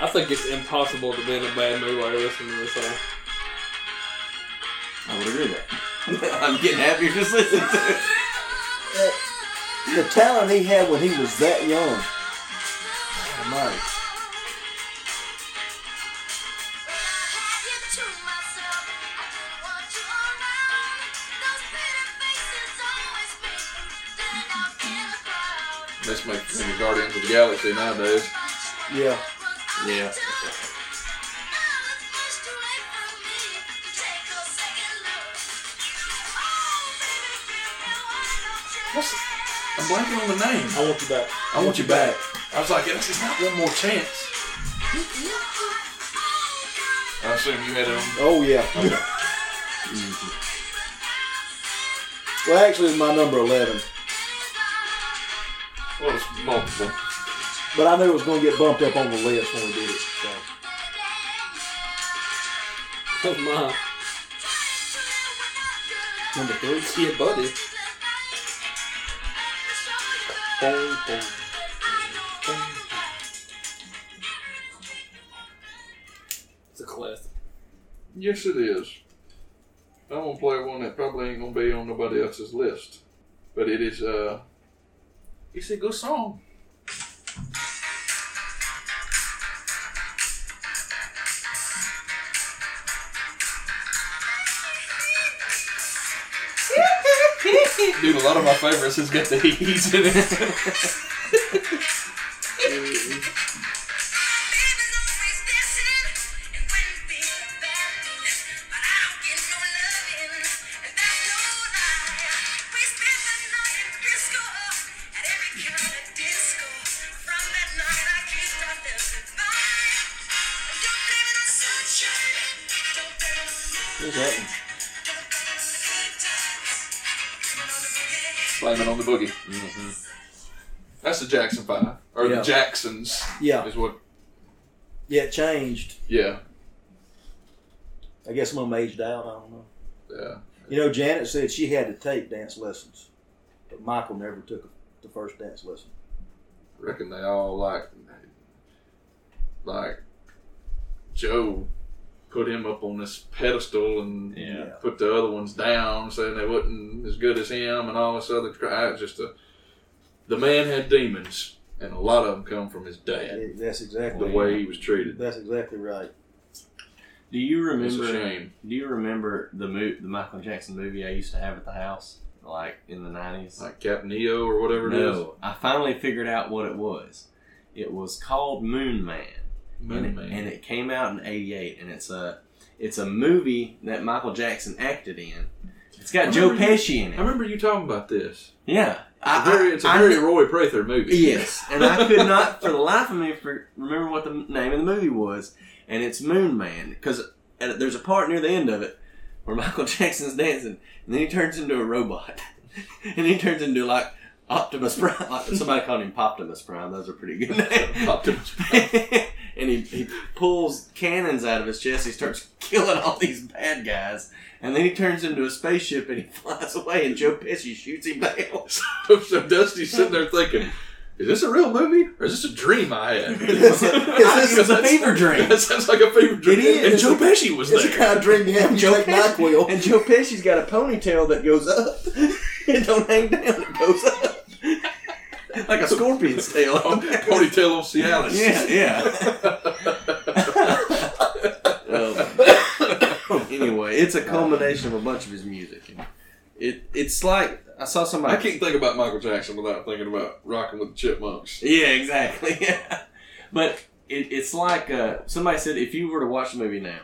[SPEAKER 4] I I think it's impossible to be in a bad mood while you're listening to this song.
[SPEAKER 3] I would agree with that. I'm getting happier just listening to it.
[SPEAKER 2] The talent he had when he was that young. Almighty.
[SPEAKER 1] That's my thing the Guardians of the Galaxy nowadays.
[SPEAKER 2] Yeah.
[SPEAKER 3] Yeah.
[SPEAKER 1] I'm blanking on the name.
[SPEAKER 4] I want you back.
[SPEAKER 1] I want you back. I was like, this is not one more chance. I assume you had it on.
[SPEAKER 2] Oh yeah. Well, actually, it's my number eleven,
[SPEAKER 1] Well, it's multiple.
[SPEAKER 2] but I knew it was going to get bumped up on the list when we did it. So.
[SPEAKER 4] Oh my.
[SPEAKER 2] Number three.
[SPEAKER 4] See ya, buddy. Boom, boom. It's a classic.
[SPEAKER 1] Yes, it is. I'm gonna play one that probably ain't gonna be on nobody else's list, but it is. uh It's a good song. Dude, a lot of my favorites has got the he's in it.
[SPEAKER 2] Who's that one?
[SPEAKER 1] Blame it on the boogie. Mm-hmm. That's the Jackson Five or
[SPEAKER 2] Yeah.
[SPEAKER 1] the Jacksons
[SPEAKER 2] Yeah.
[SPEAKER 1] is what.
[SPEAKER 2] Yeah, it changed.
[SPEAKER 1] Yeah,
[SPEAKER 2] I guess I'm aged out. I don't know.
[SPEAKER 1] yeah.
[SPEAKER 2] You know, Janet said she had to take dance lessons, but Michael never took the first dance lesson.
[SPEAKER 1] reckon they all like like Joe put him up on this pedestal and
[SPEAKER 2] Yeah.
[SPEAKER 1] put the other ones down, saying they wasn't as good as him and all this other crap. It's Just a, the man had demons, and a lot of them come from his dad.
[SPEAKER 2] It- That's exactly
[SPEAKER 1] The way he was treated.
[SPEAKER 2] That's exactly right.
[SPEAKER 3] Do you
[SPEAKER 1] It's a
[SPEAKER 3] remember?
[SPEAKER 1] shame.
[SPEAKER 3] Do you remember the mo- the Michael Jackson movie I used to have at the house, like in the nineties?
[SPEAKER 1] Like Cap Neo or whatever it is.
[SPEAKER 3] No, I finally figured out what it was. It was called Moon Man,
[SPEAKER 1] Moon
[SPEAKER 3] and,
[SPEAKER 1] Man.
[SPEAKER 3] It, and it came out in '88, and it's a it's a movie that Michael Jackson acted in. It's got
[SPEAKER 1] I
[SPEAKER 3] Joe
[SPEAKER 1] remember-
[SPEAKER 3] Pesci in
[SPEAKER 1] I
[SPEAKER 3] it.
[SPEAKER 1] remember you talking about this.
[SPEAKER 3] yeah,
[SPEAKER 1] It's a very, it's a very Roy Prather movie.
[SPEAKER 3] Yes, and I could not for the life of me for, remember what the name of the movie was, and it's Moon Man because there's a part near the end of it where Michael Jackson's dancing, and then he turns into a robot, and he turns into like Optimus Prime. Like, somebody called him Poptimus Prime. Those are pretty good names.
[SPEAKER 1] Optimus
[SPEAKER 3] and he, he pulls cannons out of his chest. He starts killing all these bad guys, and then he turns into a spaceship and he flies away. And Joe Pesci shoots him down.
[SPEAKER 1] so, so Dusty's sitting there thinking, is this a real movie or is this a dream I had?
[SPEAKER 3] It's a- it's a- it's a fever dream.
[SPEAKER 1] That sounds like a fever dream.
[SPEAKER 3] It is.
[SPEAKER 1] And Joe Pesci was
[SPEAKER 2] It's the
[SPEAKER 1] there.
[SPEAKER 2] kind of dream you have when you take NyQuil.
[SPEAKER 3] And Joe Pesci's got a ponytail that goes up. it don't hang down, it goes up. like a scorpion's tail.
[SPEAKER 1] Ponytail on Cialis.
[SPEAKER 3] yeah, yeah. Um, anyway, it's a culmination of a bunch of his music. It It's like, I saw somebody.
[SPEAKER 1] I can't think about Michael Jackson without thinking about rocking with the Chipmunks.
[SPEAKER 3] Yeah, exactly. Yeah. But it, it's like uh, somebody said if you were to watch the movie now,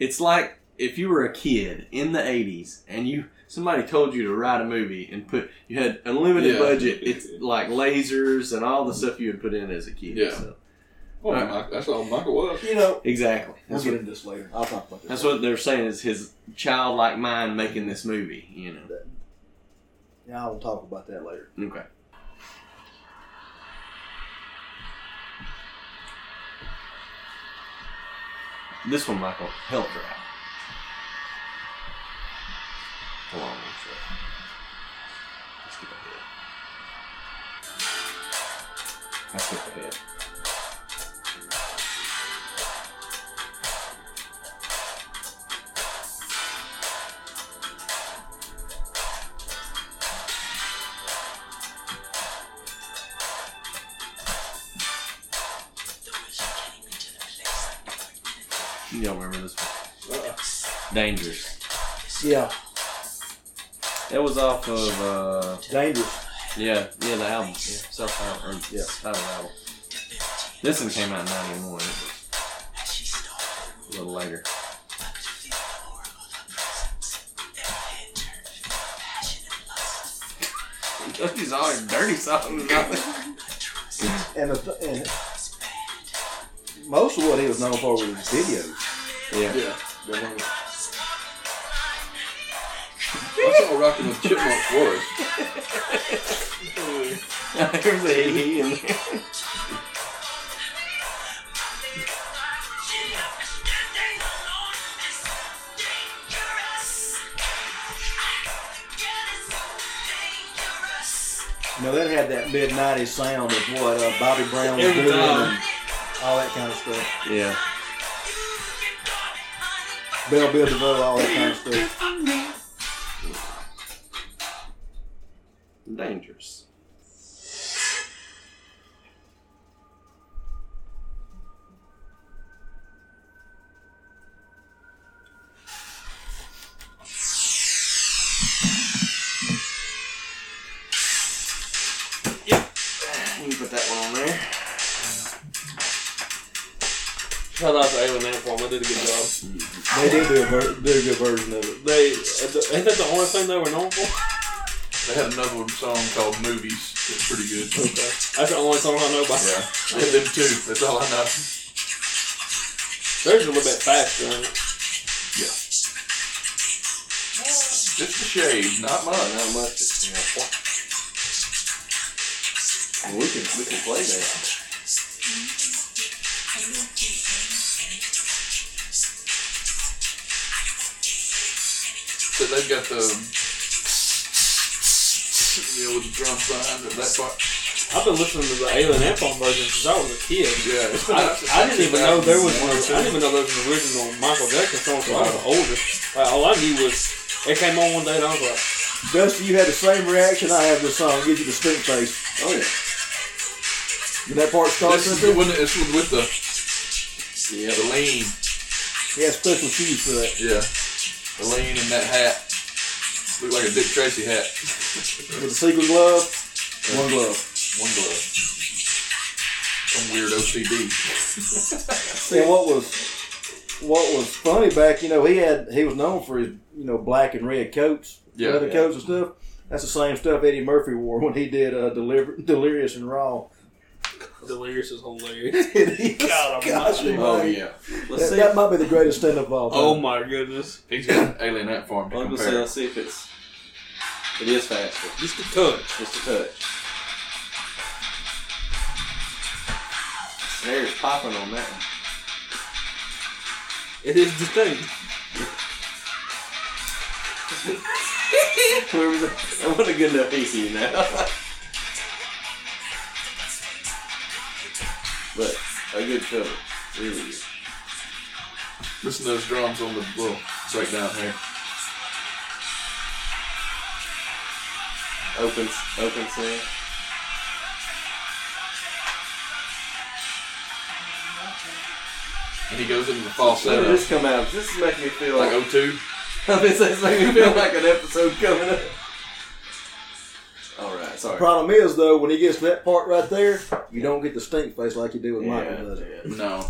[SPEAKER 3] it's like if you were a kid in the 80s and you somebody told you to write a movie and put you had unlimited
[SPEAKER 1] Yeah.
[SPEAKER 3] budget, it's like lasers and all the stuff you would put in as a kid.
[SPEAKER 1] Yeah.
[SPEAKER 3] so.
[SPEAKER 1] Well,
[SPEAKER 3] Uh,
[SPEAKER 1] Mike- that's all Michael was.
[SPEAKER 2] You know,
[SPEAKER 3] Exactly.
[SPEAKER 2] we'll
[SPEAKER 3] That's
[SPEAKER 2] get
[SPEAKER 3] what,
[SPEAKER 2] into this later. I'll talk about this.
[SPEAKER 3] that's what they're saying is his childlike mind making this movie, you know.
[SPEAKER 2] Yeah, I will talk about that later.
[SPEAKER 3] Okay. This one, Michael, helped her out. Hold on one sec. Let's skip ahead. I skipped ahead.
[SPEAKER 6] Y'all remember this
[SPEAKER 2] Uh,
[SPEAKER 6] one? Dangerous.
[SPEAKER 2] yeah,
[SPEAKER 6] That was off of uh,
[SPEAKER 2] dangerous.
[SPEAKER 6] yeah, yeah, the album, yeah, self album, or, yeah, title album. This one came out in '91. It was a little later. These all these dirty songs.
[SPEAKER 2] And, the th- and most of what he was known for was his videos.
[SPEAKER 6] yeah.
[SPEAKER 1] Yeah. That's all rocking with chipmunks was.
[SPEAKER 6] There's a he in there.
[SPEAKER 2] You know, that had that mid '90s sound of what uh, Bobby Brown was
[SPEAKER 4] Every
[SPEAKER 2] doing
[SPEAKER 4] time.
[SPEAKER 2] and all that kind of stuff.
[SPEAKER 6] Yeah.
[SPEAKER 2] Bell Bill DeVoe, all that kind of stuff.
[SPEAKER 6] Dangerous.
[SPEAKER 3] You can put that one on there.
[SPEAKER 4] Shout out to Alien Ant Farm. They did a good job.
[SPEAKER 2] They did do a, ver- do a good version of it.
[SPEAKER 4] They ain't that the only thing they were known for?
[SPEAKER 1] They had another song called Movies. It's pretty good.
[SPEAKER 4] Okay. That's the only song I know by.
[SPEAKER 1] Yeah. I had them two. That's all I know.
[SPEAKER 4] Theirs is a little bit faster. Ain't it?
[SPEAKER 1] Just a shade, not much.
[SPEAKER 3] Not much. Yeah. Well, we can we can play that.
[SPEAKER 1] So they've got the you know with the drum behind it, that part.
[SPEAKER 4] I've been listening to the Alien Ant Farm version since I was a kid.
[SPEAKER 1] Yeah. It's been out
[SPEAKER 4] I,
[SPEAKER 1] since
[SPEAKER 4] I didn't even know there was one.
[SPEAKER 1] 2001
[SPEAKER 4] I didn't even know there was an original Michael Jackson song. So I was older. Like, all I knew was it came on one day and I was like,
[SPEAKER 2] Dusty, you had the same reaction I had to this song. Give you the stink face.
[SPEAKER 3] Oh yeah.
[SPEAKER 2] When that
[SPEAKER 1] or
[SPEAKER 2] part
[SPEAKER 1] two.
[SPEAKER 2] starts,
[SPEAKER 1] This is
[SPEAKER 2] up
[SPEAKER 1] the one. This one with the
[SPEAKER 3] Yeah.
[SPEAKER 1] the lean.
[SPEAKER 2] he has special shoes for that.
[SPEAKER 1] Yeah. The lean and that hat. Look like a Dick Tracy hat.
[SPEAKER 2] With a secret glove, one glove.
[SPEAKER 1] One glove. Some weird OCD.
[SPEAKER 2] See what was what was funny back? You know, he had he was known for his you know black and red coats,
[SPEAKER 1] Yeah,
[SPEAKER 2] leather
[SPEAKER 1] yeah.
[SPEAKER 2] coats and stuff. That's the same stuff Eddie Murphy wore when he did uh, Delir- Delirious and Raw.
[SPEAKER 4] Delirious is hilarious.
[SPEAKER 2] It is.
[SPEAKER 4] God almighty.
[SPEAKER 3] Oh
[SPEAKER 2] man.
[SPEAKER 3] yeah. Let's
[SPEAKER 2] That,
[SPEAKER 3] see.
[SPEAKER 2] that might be the greatest stand up of all time.
[SPEAKER 4] Oh my goodness.
[SPEAKER 1] He's got an alien ant farm
[SPEAKER 3] I'm
[SPEAKER 1] to
[SPEAKER 3] gonna say
[SPEAKER 1] compare.
[SPEAKER 3] let's see if it's it is faster.
[SPEAKER 4] Just a touch.
[SPEAKER 3] Just a touch. There's popping on that one.
[SPEAKER 4] It is the thing.
[SPEAKER 3] Whoever the, that wasn't a good enough PC now. but a good cover. Really good.
[SPEAKER 1] Listen to those drums on the little it's right down here.
[SPEAKER 3] Open open sale.
[SPEAKER 1] And he goes into the
[SPEAKER 3] When did
[SPEAKER 1] falsetto.
[SPEAKER 3] this come out? This is making me feel
[SPEAKER 1] Like
[SPEAKER 3] like
[SPEAKER 1] O2.
[SPEAKER 3] this is making me feel like an episode coming up. Alright, sorry.
[SPEAKER 2] Problem is though, when he gets to that part right there, you don't get the stink face like you do with
[SPEAKER 3] yeah,
[SPEAKER 2] Michael. Does
[SPEAKER 3] yeah.
[SPEAKER 1] No.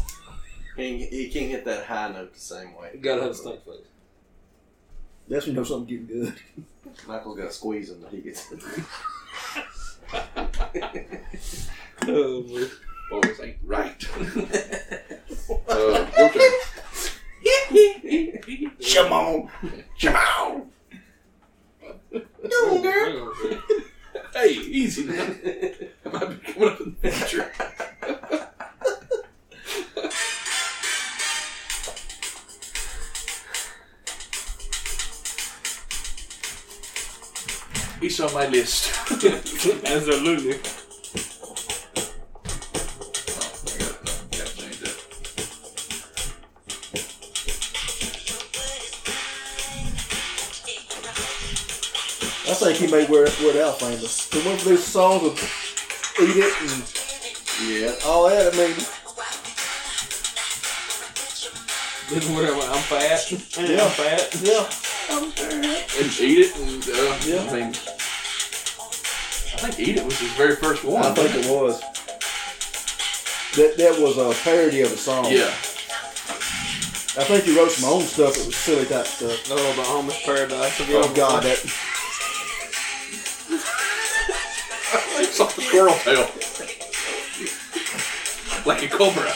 [SPEAKER 3] He, he can't hit that high note the same way.
[SPEAKER 4] Gotta have a snake face.
[SPEAKER 2] That's when you know something getting good.
[SPEAKER 3] Michael's got to squeeze him that he gets.
[SPEAKER 4] Oh, man.
[SPEAKER 1] Oh, this ain't right. uh, okay.
[SPEAKER 2] Come on,
[SPEAKER 1] Hey, easy now. I might be coming up in the picture. He's on my list.
[SPEAKER 4] Absolutely.
[SPEAKER 2] I think he made Weird, Weird Al famous. Because one of those songs with Eat It and
[SPEAKER 3] yeah.
[SPEAKER 2] all that, I mean,
[SPEAKER 4] This is where I went, I'm fat.
[SPEAKER 2] Yeah.
[SPEAKER 4] I'm fat.
[SPEAKER 2] Yeah.
[SPEAKER 1] and eat it. And, uh,
[SPEAKER 2] Yeah.
[SPEAKER 1] I mean, I think eat it was his very first one.
[SPEAKER 2] I think it was. That that was a parody of a song.
[SPEAKER 1] yeah,
[SPEAKER 2] I think he wrote some own stuff that was silly type stuff.
[SPEAKER 4] Oh, the homeless paradise. of the
[SPEAKER 2] Oh
[SPEAKER 4] old
[SPEAKER 2] God,
[SPEAKER 4] boy.
[SPEAKER 2] that
[SPEAKER 1] it's like a squirrel tail, like a cobra.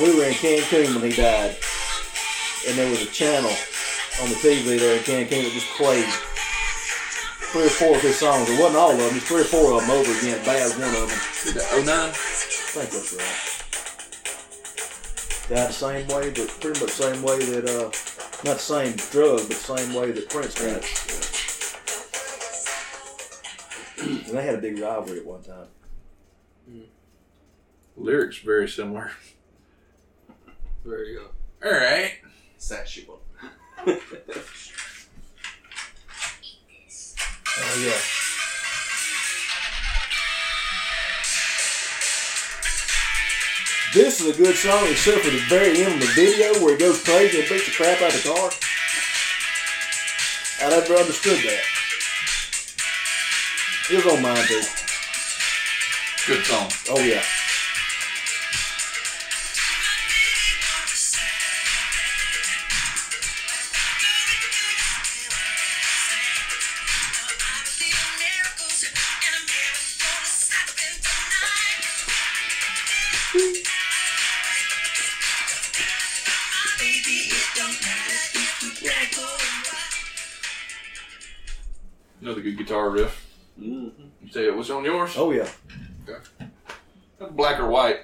[SPEAKER 2] we were in Cancun when he died, and there was a channel on the TV there in Cancun that just played three or four of his songs. It wasn't all of them; it's three or four of them over again. Bad one of them.
[SPEAKER 1] Oh nine.
[SPEAKER 2] I think that's right. Died the same way, but pretty much the same way that uh, not the same drug, but the same way that Prince died. and they had a big rivalry at one time.
[SPEAKER 1] Lyrics very similar.
[SPEAKER 4] There you go.
[SPEAKER 1] All right.
[SPEAKER 3] Sexual.
[SPEAKER 2] Oh yeah. This is a good song, except for the very end of the video where he goes crazy and beats the crap out of the car. I never understood that. It was on mine too.
[SPEAKER 1] Good song.
[SPEAKER 2] Oh yeah.
[SPEAKER 1] Another good guitar riff.
[SPEAKER 3] Mm.
[SPEAKER 1] You say it was on yours?
[SPEAKER 2] Oh yeah.
[SPEAKER 1] Black or white?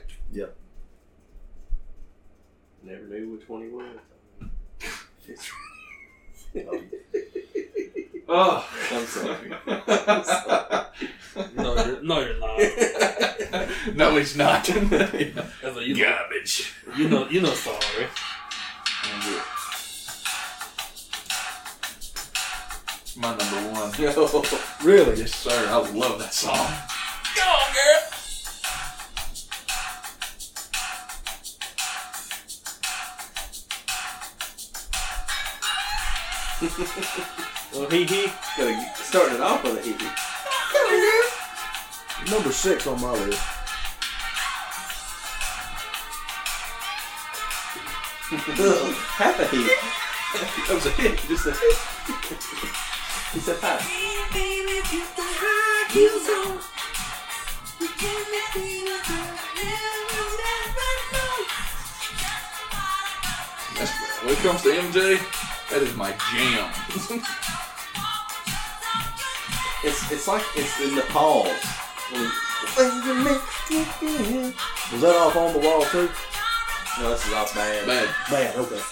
[SPEAKER 3] Never knew which one he was.
[SPEAKER 1] Oh.
[SPEAKER 3] I'm sorry.
[SPEAKER 4] No, you're, no, you're not.
[SPEAKER 1] no, it's not.
[SPEAKER 4] That's what you, know,
[SPEAKER 1] Garbage.
[SPEAKER 4] you know, you know, sorry.
[SPEAKER 1] It's my number one.
[SPEAKER 3] No.
[SPEAKER 2] Really?
[SPEAKER 1] Yes, sir. I love that song.
[SPEAKER 4] Well, he, he,
[SPEAKER 3] Gotta start it off with a hee
[SPEAKER 2] Number six on my list.
[SPEAKER 3] Half a hee.
[SPEAKER 1] That was a hit.
[SPEAKER 3] Just a hee. He said hi.
[SPEAKER 1] That's, when it comes to MJ, that is my jam.
[SPEAKER 3] It's, it's like it's in the pause.
[SPEAKER 2] Was that off on the wall too?
[SPEAKER 3] No, this is off bad.
[SPEAKER 1] Bad.
[SPEAKER 2] Man, okay.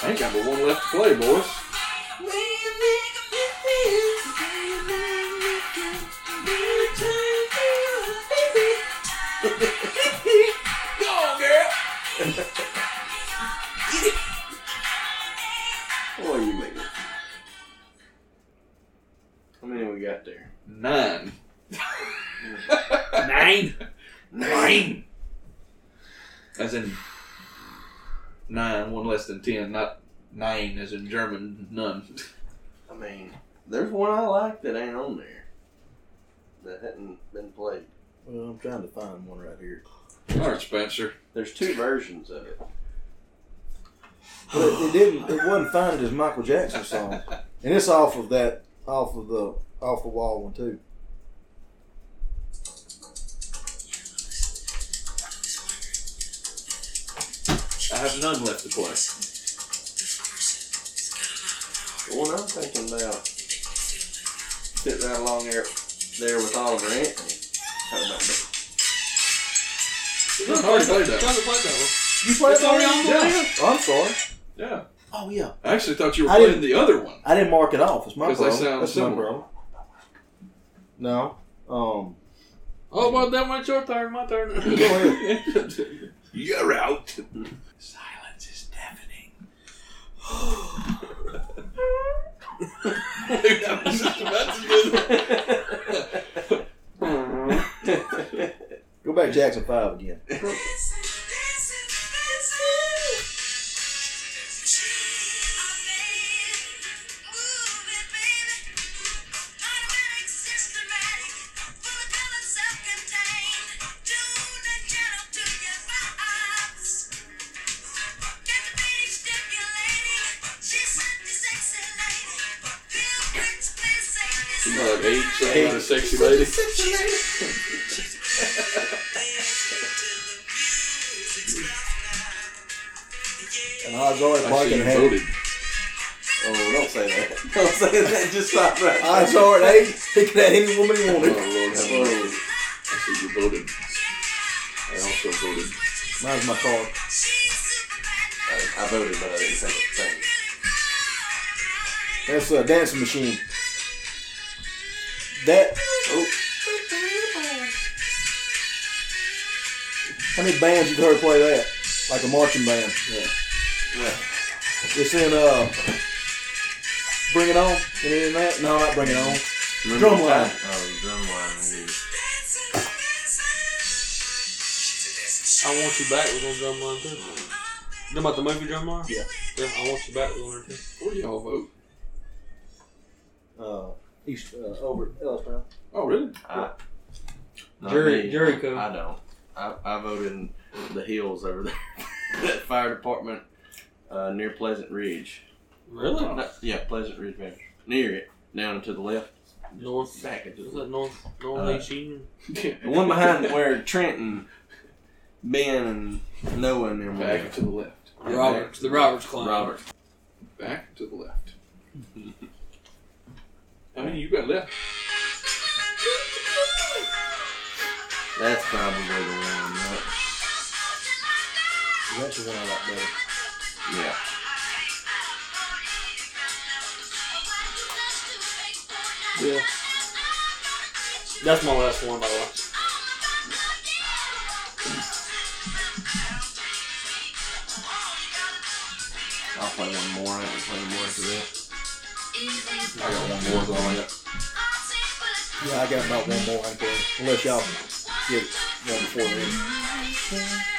[SPEAKER 1] I ain't got but one left to play, boys. Go on, girl.
[SPEAKER 3] What are you making? How many we got there?
[SPEAKER 1] Nine.
[SPEAKER 4] nine.
[SPEAKER 1] Nine. As in nine, one less than ten, not nine as in German, none.
[SPEAKER 3] I mean, there's one I like that ain't on there. That hadn't been played.
[SPEAKER 2] Well, I'm trying to find one right here.
[SPEAKER 1] All right, Spencer.
[SPEAKER 3] There's two versions of it.
[SPEAKER 2] But it, it didn't. It wasn't found as Michael Jackson song, and it's off of that, off of the, off the wall one too.
[SPEAKER 1] I have none left to play.
[SPEAKER 3] The one I'm thinking about fit right along there, there with Oliver Anthony. How about that?
[SPEAKER 1] I already played that.
[SPEAKER 4] Trying to play that
[SPEAKER 2] You played
[SPEAKER 4] It's already on the
[SPEAKER 2] list. I'm sorry.
[SPEAKER 1] Yeah.
[SPEAKER 2] Oh yeah.
[SPEAKER 1] I actually thought you were
[SPEAKER 2] I
[SPEAKER 1] playing the
[SPEAKER 2] didn't-
[SPEAKER 1] other one.
[SPEAKER 2] I didn't mark it off. It's my
[SPEAKER 1] 'Cause they
[SPEAKER 2] problem.
[SPEAKER 1] sound
[SPEAKER 2] That's my
[SPEAKER 1] similar.
[SPEAKER 2] problem. No. Um.
[SPEAKER 4] one. Oh, well, that went your turn, my turn.
[SPEAKER 2] Go ahead.
[SPEAKER 1] You're out. Silence is death. Dude, I was just about to do that.
[SPEAKER 2] Go back to Jackson 5 again.
[SPEAKER 1] Like eight, something about a sexy lady.
[SPEAKER 5] Lady.
[SPEAKER 2] And odds are if
[SPEAKER 1] I
[SPEAKER 2] Mike
[SPEAKER 1] see you
[SPEAKER 2] had had
[SPEAKER 1] voted.
[SPEAKER 3] Oh, don't say that. Don't say that. Just stop right there.
[SPEAKER 2] odds are at eight, he could have any woman he
[SPEAKER 1] Oh, Lord,
[SPEAKER 2] wanted.
[SPEAKER 1] have mercy. I see you voted. I also voted.
[SPEAKER 2] Mine's my car.
[SPEAKER 3] I, I voted, but I didn't say it. Thank you.
[SPEAKER 2] That's a dancing machine. That. Oh. How many bands you've heard play that? Like a marching band. Yeah.
[SPEAKER 3] Yeah.
[SPEAKER 2] It's in uh. Bring It On. It ain't in that. No, not Bring It On. Drumline.
[SPEAKER 6] Oh, drumline.
[SPEAKER 4] I want you back was on drumline too. You about the movie drumline?
[SPEAKER 2] Yeah.
[SPEAKER 4] Yeah, I want you back was on there too.
[SPEAKER 1] What do y'all vote?
[SPEAKER 2] Uh, East uh, over at Elstown.
[SPEAKER 1] Oh, really?
[SPEAKER 6] I, not
[SPEAKER 4] Jury-
[SPEAKER 6] me.
[SPEAKER 4] jury code.
[SPEAKER 6] I don't. I, I voted in the hills over there. that fire department
[SPEAKER 3] Uh, near Pleasant Ridge.
[SPEAKER 4] Really?
[SPEAKER 3] No, yeah, Pleasant Ridge Ranch. Near it. Down and to the left.
[SPEAKER 4] North.
[SPEAKER 3] Back into
[SPEAKER 4] Is
[SPEAKER 3] the
[SPEAKER 4] that
[SPEAKER 3] left.
[SPEAKER 4] North Northeast Union?
[SPEAKER 3] The one behind where Trenton, Ben, and Noah and them were.
[SPEAKER 1] Back to the left.
[SPEAKER 4] Roberts. The Roberts clan.
[SPEAKER 3] Robert.
[SPEAKER 1] Back to the left. How many you got left?
[SPEAKER 3] That's probably the one. Right?
[SPEAKER 2] That's the one I like better.
[SPEAKER 3] Yeah.
[SPEAKER 4] Yeah. That's my last one by the way.
[SPEAKER 6] I'll play one more. I haven't played more after that.
[SPEAKER 1] I got one more than I got.
[SPEAKER 2] Yeah, I got about one more I can play. Unless y'all get one before then.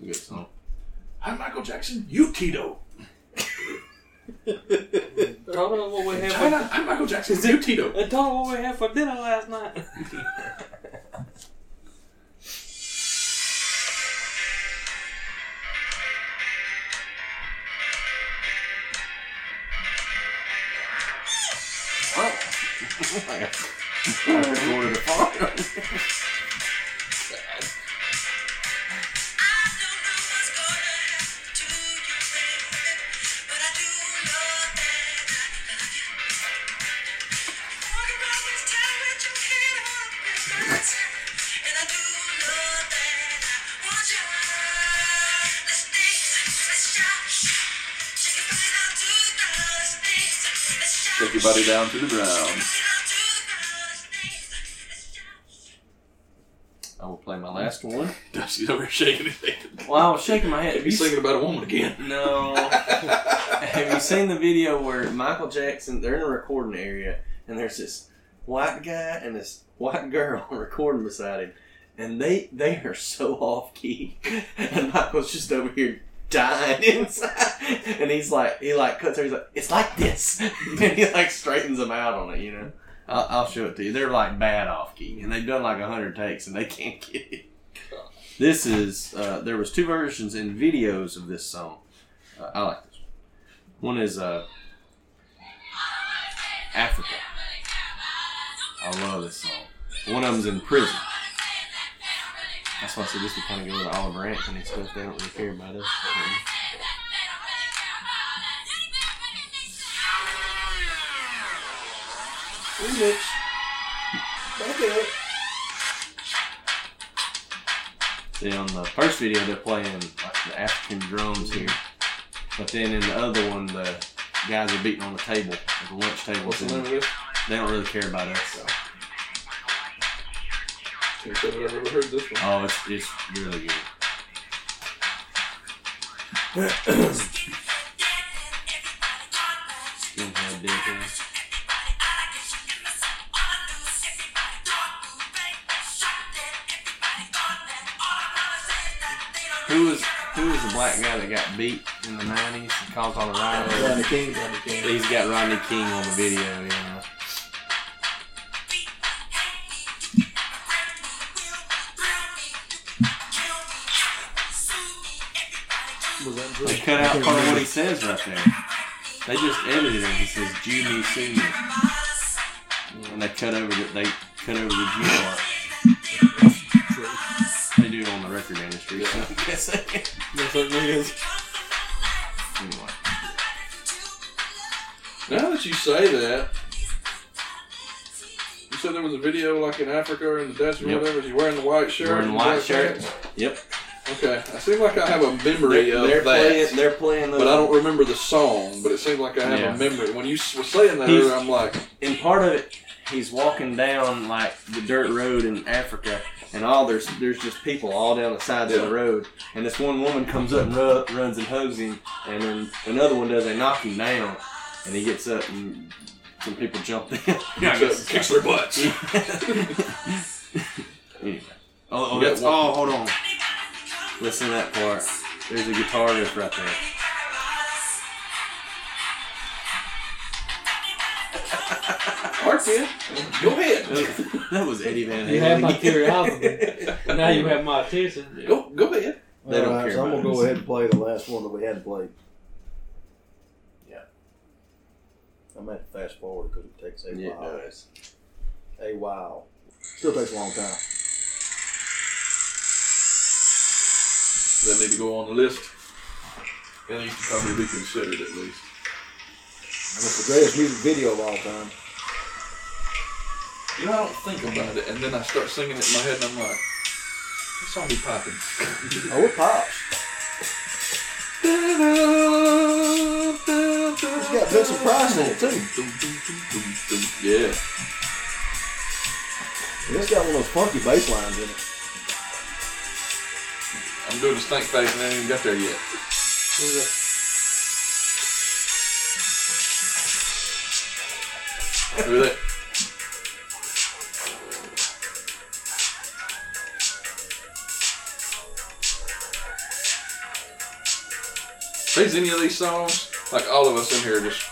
[SPEAKER 6] It's a good
[SPEAKER 1] Oh.
[SPEAKER 6] song.
[SPEAKER 1] I'm Michael Jackson. You Tito.
[SPEAKER 4] Told her what we had. For,
[SPEAKER 1] China. I'm Michael Jackson. You Tito.
[SPEAKER 4] I told her what we had for dinner last night.
[SPEAKER 1] Take your body down to the ground.
[SPEAKER 6] I will play my last one.
[SPEAKER 1] Dusty's over here shaking his head.
[SPEAKER 6] Well, I was shaking my head. Have you
[SPEAKER 1] He's
[SPEAKER 6] seen-
[SPEAKER 1] thinking about a woman again.
[SPEAKER 6] No.
[SPEAKER 3] Have you seen the video where Michael Jackson? They're in a recording area, and there's this white guy and this white girl recording beside him, and they they are so off key, and Michael's just over here dying inside, and he's like he like cuts her. He's like it's like this, and he like straightens them out on it. You know, I'll, I'll show it to you. They're like bad off key, and they've done like a hundred takes, and they can't get it. This is uh, there was two versions and videos of this song. Uh, I like this. One is uh, Africa. I love this song. One of them's in prison. That's why I said this would kind of go with Oliver Anthony stuff. They don't really care about us.
[SPEAKER 2] Remix. Back up.
[SPEAKER 6] See, on the first video, they're playing like, the African drums here. But then in the other one, the guys are beating on the table, at the lunch table.
[SPEAKER 1] What's the name
[SPEAKER 6] and
[SPEAKER 1] of this?
[SPEAKER 6] They don't really care about us.
[SPEAKER 1] Can't say that I've ever heard this one.
[SPEAKER 6] Oh, it's, it's really good. Skinhead dickhead. Who was who was the black guy that got beat in the nineties and caused all the riots?
[SPEAKER 2] Rodney King, Rodney King.
[SPEAKER 6] He's got Rodney King on the video, you know.
[SPEAKER 2] Was that
[SPEAKER 6] They
[SPEAKER 2] Drake?
[SPEAKER 6] cut
[SPEAKER 2] I
[SPEAKER 6] out
[SPEAKER 2] can't
[SPEAKER 6] part of what
[SPEAKER 2] remember.
[SPEAKER 6] he says right there. They just edited it. He says Jew me, sue me," and they cut over the they cut over the Jew part. They do on the record industry. So.
[SPEAKER 4] Yes, certainly is.
[SPEAKER 6] anyway,
[SPEAKER 1] Now that you say that, you said there was a video like in Africa or in the desert or
[SPEAKER 6] Yep.
[SPEAKER 1] whatever. Is he wearing the white shirt?
[SPEAKER 6] wearing
[SPEAKER 1] and
[SPEAKER 6] white
[SPEAKER 1] black
[SPEAKER 6] shirts.
[SPEAKER 1] pants?
[SPEAKER 6] Yep.
[SPEAKER 1] Okay, I seem like I have a memory
[SPEAKER 3] They're,
[SPEAKER 1] of
[SPEAKER 3] they're
[SPEAKER 1] that,
[SPEAKER 3] playing. They're playing. Those,
[SPEAKER 1] but I don't remember the song. But it seems like I have
[SPEAKER 6] Yeah.
[SPEAKER 1] a memory. When you s- were saying that,
[SPEAKER 6] He's-
[SPEAKER 1] I'm like,
[SPEAKER 6] And part of it, he's walking down like the dirt road in Africa, and all there's there's just people all down the sides of
[SPEAKER 1] Yeah.
[SPEAKER 6] the road. And this one woman comes up and ru- runs and hugs him, and then another one does. They knock him down, and he gets up, and some people jump in.
[SPEAKER 1] just kicks their butts.
[SPEAKER 6] anyway, oh, oh,
[SPEAKER 1] You got
[SPEAKER 6] that's,
[SPEAKER 1] one-
[SPEAKER 6] oh, hold on. Listen to that part. There's a guitar riff right there.
[SPEAKER 1] Mark, yeah, go ahead,
[SPEAKER 6] That was, that was Eddie Van
[SPEAKER 4] You had my
[SPEAKER 6] Halen.
[SPEAKER 4] curiosity. now you have my attention.
[SPEAKER 1] go go ahead.
[SPEAKER 6] They don't
[SPEAKER 2] All right,
[SPEAKER 6] care
[SPEAKER 2] so I'm gonna
[SPEAKER 6] about
[SPEAKER 2] go
[SPEAKER 6] us.
[SPEAKER 2] ahead and play the last one that we hadn't played.
[SPEAKER 3] Yeah.
[SPEAKER 2] I'm gonna have to fast forward because it takes a
[SPEAKER 3] Yeah, it
[SPEAKER 6] uh,
[SPEAKER 2] while.
[SPEAKER 3] does.
[SPEAKER 2] A while. Still takes a long time.
[SPEAKER 1] They need to go on the list. It needs to probably be considered at least.
[SPEAKER 2] And it's the greatest music video of all time.
[SPEAKER 1] You know, I don't think about it, and then I start singing it in my head, and I'm like, what song be popping?
[SPEAKER 2] Oh, it pops. It's got Vincent Price in it too.
[SPEAKER 1] Yeah.
[SPEAKER 2] And it's got one of those funky bass lines in it.
[SPEAKER 1] I'm doing a snake face and I ain't even got there yet. Look at that. Plays any of these songs? Like all of us in here just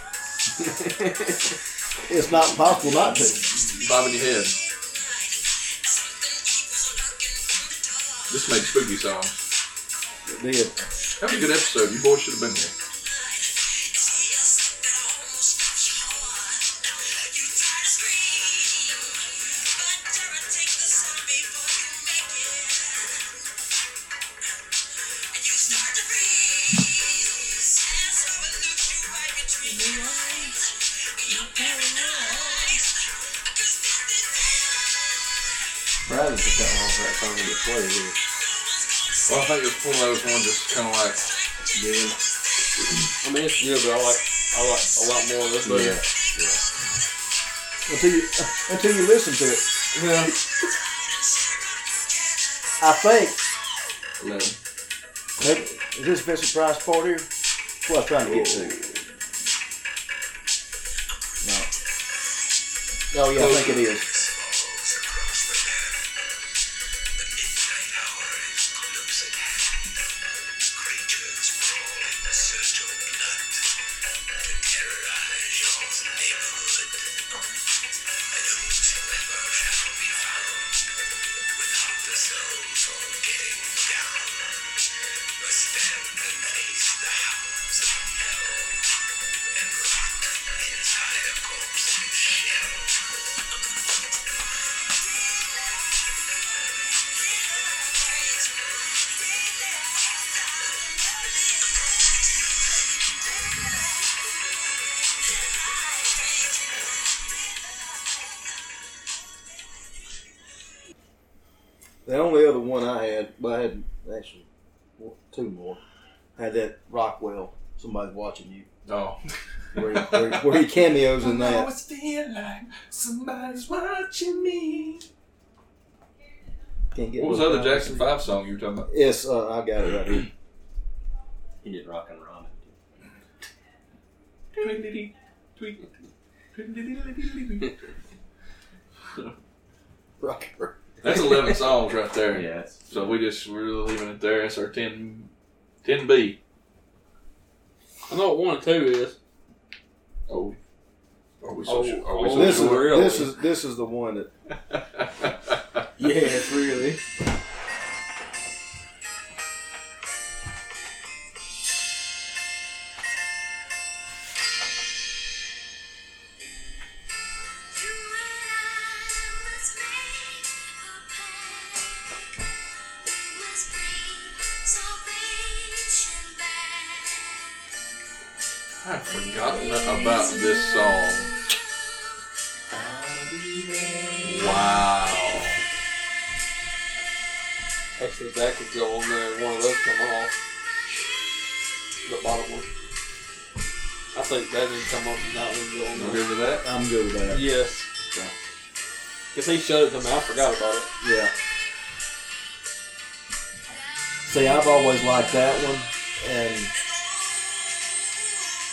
[SPEAKER 2] It's not possible not to.
[SPEAKER 1] bobbing your head. This made spooky songs.
[SPEAKER 2] It did.
[SPEAKER 1] That was a good episode. You boys should have been there.
[SPEAKER 6] Brad is the cut off that song to get played here.
[SPEAKER 1] Well, I think it's one of those ones that's kind of like
[SPEAKER 4] I mean, it's good, but I like I like a lot more of this. But
[SPEAKER 6] Yeah.
[SPEAKER 2] Until you uh, until you listen to it.
[SPEAKER 4] yeah.
[SPEAKER 2] I think
[SPEAKER 1] eleven.
[SPEAKER 2] maybe, is this Vincent Price part here? That's what I was trying to get to. No. Oh yeah, I think it is. The only other one I had, but I had actually well, two more. I had that Rockwell Somebody's watching you.
[SPEAKER 1] Oh,
[SPEAKER 2] Where he, where, he- where he cameos in that.
[SPEAKER 1] feel like somebody's watching me.
[SPEAKER 2] Can't get
[SPEAKER 1] What was the
[SPEAKER 2] no
[SPEAKER 1] other
[SPEAKER 2] time.
[SPEAKER 1] Jackson Five song you were talking about?
[SPEAKER 2] Yes, uh, I got it right here.
[SPEAKER 6] He did rock and ramen.
[SPEAKER 2] Rock and roll.
[SPEAKER 1] That's eleven songs right there.
[SPEAKER 6] Yeah, it's
[SPEAKER 1] So we just we're leaving it there. That's our 10 10 B.
[SPEAKER 4] I know what one and two is.
[SPEAKER 1] Oh, are we
[SPEAKER 4] Oh,
[SPEAKER 1] social? Are we
[SPEAKER 4] oh,
[SPEAKER 1] social?
[SPEAKER 2] This is
[SPEAKER 4] Really?
[SPEAKER 2] this is this is the one that
[SPEAKER 3] Yes, really.
[SPEAKER 1] I've forgotten about this song. Wow.
[SPEAKER 4] Actually, that could go on there. One of those come off. The bottom one. I think that didn't come off and that one go
[SPEAKER 1] You
[SPEAKER 4] on there.
[SPEAKER 1] okay with that?
[SPEAKER 2] I'm good with that.
[SPEAKER 4] Yes.
[SPEAKER 1] Okay.
[SPEAKER 4] Because he showed it to me. I forgot about it.
[SPEAKER 2] Yeah. See, I've always liked that one, and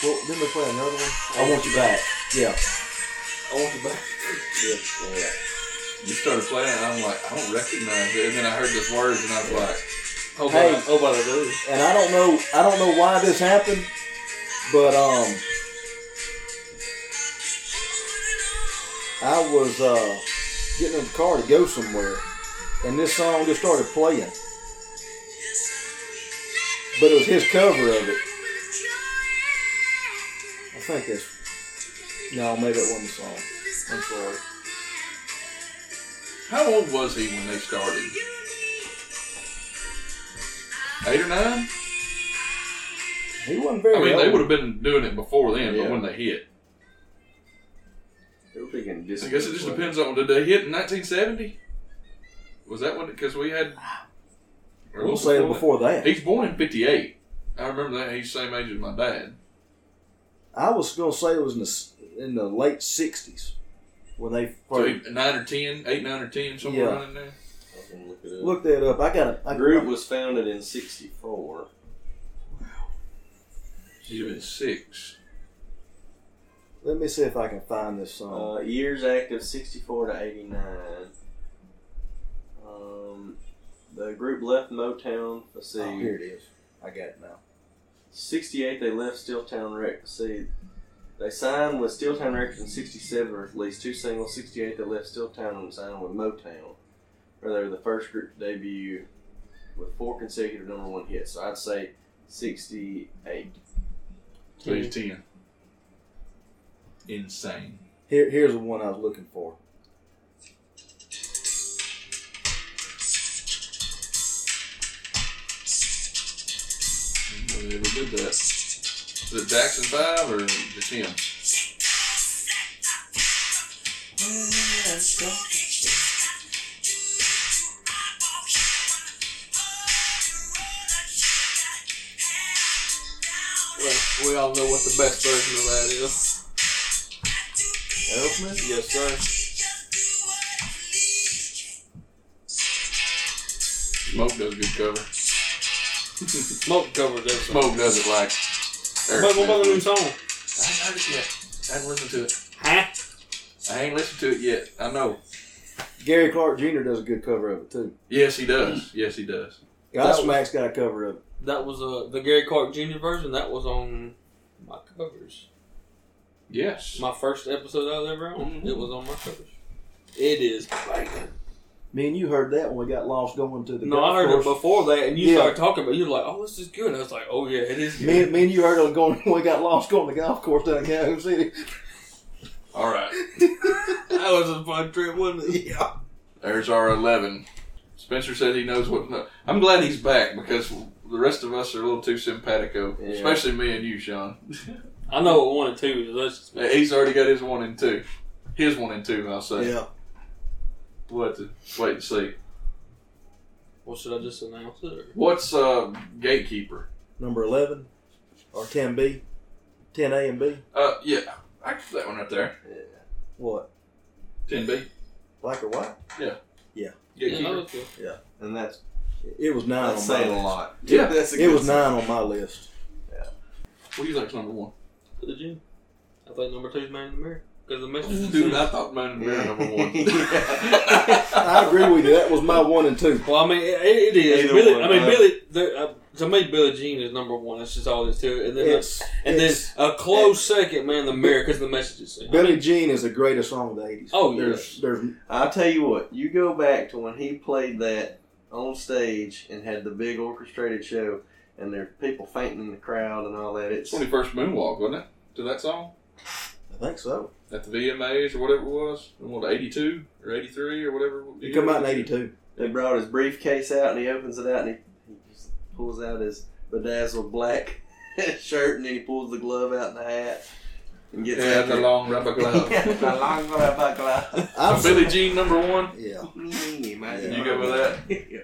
[SPEAKER 2] well, didn't we play another one? I want you back. Yeah.
[SPEAKER 4] I want you back.
[SPEAKER 1] You started playing, and I'm like, I don't recognize it. And then I heard those words, and I was like,
[SPEAKER 4] Oh,
[SPEAKER 2] Hey.
[SPEAKER 4] but, oh, but I do.
[SPEAKER 2] and I don't know I don't know why this happened, but um, I was uh, getting in the car to go somewhere, and this song just started playing. But it was his cover of it. I think that's no, maybe it wasn't the song. I'm sorry.
[SPEAKER 1] How old was he when they started? Eight or nine?
[SPEAKER 2] He wasn't
[SPEAKER 1] I
[SPEAKER 2] very.
[SPEAKER 1] mean, they
[SPEAKER 2] old.
[SPEAKER 1] would have been doing it before then,
[SPEAKER 3] Yeah.
[SPEAKER 1] but when they hit,
[SPEAKER 3] They were thinking
[SPEAKER 1] I guess it just depends on did they hit in 1970? Was that one because we had? or
[SPEAKER 2] We'll
[SPEAKER 1] was
[SPEAKER 2] say it
[SPEAKER 1] before that?
[SPEAKER 2] before that.
[SPEAKER 1] He's born in '58. I remember that. He's the same age as my dad.
[SPEAKER 2] I was gonna say it was in the s- in the late '60s when they
[SPEAKER 1] So
[SPEAKER 2] first
[SPEAKER 1] he, nine or ten, eight, nine or ten, somewhere
[SPEAKER 2] Yeah.
[SPEAKER 1] around in there.
[SPEAKER 3] Look,
[SPEAKER 2] Look that up. I got it. I
[SPEAKER 3] the group was founded in '64.
[SPEAKER 1] He's been six.
[SPEAKER 2] Let me see if I can find this song.
[SPEAKER 3] Uh, years active 64 to 89. Um, the group left Motown. Let's see.
[SPEAKER 2] oh, here it is. I got it now.
[SPEAKER 3] 68, they left Steeltown Records. See, they signed with Steeltown Records in 67, or at least two singles. 68, they left Steeltown and signed with Motown, where they were the first group to debut with four consecutive number one hits. So I'd say 68.
[SPEAKER 1] So he's ten. Insane.
[SPEAKER 2] Here, here's the one I was looking for.
[SPEAKER 1] Nobody ever did that. Is it Jackson Five or the ten?
[SPEAKER 4] Well, we all know what the best version of that is. Elfman? Yes, sir.
[SPEAKER 1] Smoke does a good cover.
[SPEAKER 4] Smoke covers that song.
[SPEAKER 1] Smoke does it like.
[SPEAKER 4] But what about the new
[SPEAKER 1] Aerosmith.
[SPEAKER 4] song?
[SPEAKER 1] I haven't heard it yet. I haven't listened to it.
[SPEAKER 4] Huh?
[SPEAKER 1] I ain't listened to it yet. I know.
[SPEAKER 2] Gary Clark Jr. does a good cover of it too.
[SPEAKER 1] Yes, he does. Yes, he does.
[SPEAKER 2] Godsmack's got a cover of it.
[SPEAKER 4] That was uh, the Gary Clark Jr. version. That was on my covers.
[SPEAKER 1] Yes.
[SPEAKER 4] My first episode I was ever on.
[SPEAKER 1] Mhm.
[SPEAKER 4] It was on my covers. Mm-hmm. It is banging.
[SPEAKER 2] Me and you heard that when we got lost going to the.
[SPEAKER 4] No,
[SPEAKER 2] golf
[SPEAKER 4] I heard it
[SPEAKER 2] course.
[SPEAKER 4] before that, and you
[SPEAKER 2] Yeah.
[SPEAKER 4] started talking about. it. You were like, "Oh, this is good." And I was like, "Oh yeah, it is
[SPEAKER 2] Me,
[SPEAKER 4] good."
[SPEAKER 2] me and you heard it going when we got lost going to the golf course down in Calhoun City.
[SPEAKER 1] All right.
[SPEAKER 4] that was a fun trip, wasn't it?
[SPEAKER 2] Yeah.
[SPEAKER 1] There's our 11. Spencer said he knows what. No, I'm glad he's back because the rest of us are a little too simpatico,
[SPEAKER 3] Yeah.
[SPEAKER 1] especially me and you, Sean.
[SPEAKER 4] I know what one and two is. That's just
[SPEAKER 1] He's already got his one and two. His one and two, I'll say.
[SPEAKER 2] Yeah.
[SPEAKER 1] We'll have to wait and see.
[SPEAKER 4] What should I just announce it? Or?
[SPEAKER 1] What's uh, Gatekeeper?
[SPEAKER 2] Number eleven. or 10B, 10A and B.
[SPEAKER 1] Uh, yeah, I can put that one right there.
[SPEAKER 3] Yeah.
[SPEAKER 2] What?
[SPEAKER 1] Ten B.
[SPEAKER 2] Black or white?
[SPEAKER 1] Gatekeeper.
[SPEAKER 4] Yeah, that was good.
[SPEAKER 3] And that's
[SPEAKER 2] It was nine.
[SPEAKER 3] that's
[SPEAKER 2] on my
[SPEAKER 3] saying a
[SPEAKER 2] list.
[SPEAKER 3] lot.
[SPEAKER 1] Yeah.
[SPEAKER 3] that's a
[SPEAKER 2] It
[SPEAKER 3] good
[SPEAKER 2] was
[SPEAKER 3] sign.
[SPEAKER 2] nine on my list.
[SPEAKER 1] What do you think's number one?
[SPEAKER 4] To the gym. I think number two is Man in the Mirror. Because the message
[SPEAKER 1] Dude, I thought mine and Mirror number one.
[SPEAKER 2] I agree with you. That was my one and two.
[SPEAKER 4] Well, I mean, it, it is.
[SPEAKER 3] Either
[SPEAKER 4] Billy,
[SPEAKER 3] one,
[SPEAKER 4] I mean,
[SPEAKER 3] uh,
[SPEAKER 4] Billy. there- Uh, to me, Billy Jean is number one. That's just all there's to it. And then, uh,
[SPEAKER 2] It's,
[SPEAKER 4] and then
[SPEAKER 2] it's-
[SPEAKER 4] a close second, man, the mirror because the message is sent.
[SPEAKER 2] Billie Jean is the greatest song of the eighties.
[SPEAKER 4] Oh,
[SPEAKER 2] there's, there's
[SPEAKER 3] I'll tell you what. You go back to when he played that on stage and had the big orchestrated show, and there's people fainting in the crowd and all that. It's
[SPEAKER 1] Twenty first moonwalk, wasn't it? To that song
[SPEAKER 2] I think so.
[SPEAKER 1] at the VMAs or whatever it was. And what eighty two or eighty three or whatever.
[SPEAKER 2] It come out in eighty two.
[SPEAKER 3] They brought his briefcase out and he opens it out and he, he just pulls out his bedazzled black shirt and then he pulls the glove out and the hat and gets
[SPEAKER 1] Yeah, the long rubber glove.
[SPEAKER 3] Yeah, the long rubber glove.
[SPEAKER 1] So Billy Jean number one.
[SPEAKER 2] Yeah.
[SPEAKER 3] Man,
[SPEAKER 1] You go with that.
[SPEAKER 3] yeah.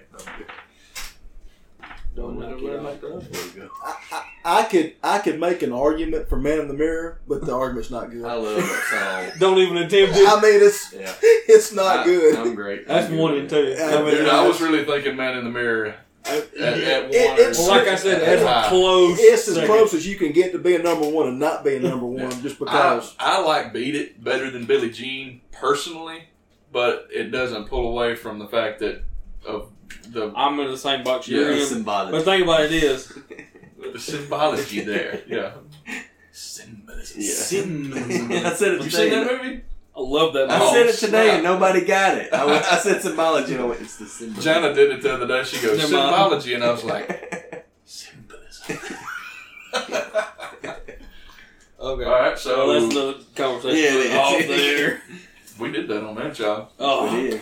[SPEAKER 4] Don't know where to make that up.
[SPEAKER 3] There we go.
[SPEAKER 2] I, I, I could I could make an argument for Man in the Mirror, but the argument's not good.
[SPEAKER 3] I
[SPEAKER 2] I
[SPEAKER 3] love that song.
[SPEAKER 4] Don't even attempt it.
[SPEAKER 2] mean, it's
[SPEAKER 3] Yeah,
[SPEAKER 2] it's not
[SPEAKER 3] I-
[SPEAKER 2] good.
[SPEAKER 3] I'm great.
[SPEAKER 4] That's
[SPEAKER 3] I'm
[SPEAKER 4] one
[SPEAKER 3] good
[SPEAKER 4] and two. I mean,
[SPEAKER 1] Dude, I was really thinking Man in the Mirror at, at one.
[SPEAKER 2] It- it's-
[SPEAKER 4] well, like I said, that's a
[SPEAKER 1] Wow.
[SPEAKER 4] close.
[SPEAKER 2] it's as
[SPEAKER 4] second.
[SPEAKER 2] close as you can get to being number one and not being number one, just
[SPEAKER 1] I,
[SPEAKER 2] because.
[SPEAKER 1] I like Beat It better than Billie Jean personally, but it doesn't pull away from the fact that of the,
[SPEAKER 4] I'm in the same box you're
[SPEAKER 1] Yeah.
[SPEAKER 3] It's
[SPEAKER 4] in.
[SPEAKER 3] symbolic.
[SPEAKER 4] But the thing about it is,
[SPEAKER 1] the symbology there. Yeah. Symbolism.
[SPEAKER 3] Yeah.
[SPEAKER 1] Symbolism.
[SPEAKER 3] I said it
[SPEAKER 1] Have you seen
[SPEAKER 3] today.
[SPEAKER 1] that movie?
[SPEAKER 4] I love that.
[SPEAKER 1] I
[SPEAKER 4] Song.
[SPEAKER 3] I said it today
[SPEAKER 1] snap.
[SPEAKER 3] and nobody got it. I, went- I said symbology and I went, it's the symbol.
[SPEAKER 1] Jana did it the other day. She goes,
[SPEAKER 4] Never mind.
[SPEAKER 1] symbology. And I was like, symbolism.
[SPEAKER 4] Okay.
[SPEAKER 1] All right, so
[SPEAKER 4] Well, that's another conversation.
[SPEAKER 3] Oh. Yeah, it is.
[SPEAKER 4] off there.
[SPEAKER 1] we did that on that job.
[SPEAKER 4] Oh,
[SPEAKER 3] We did.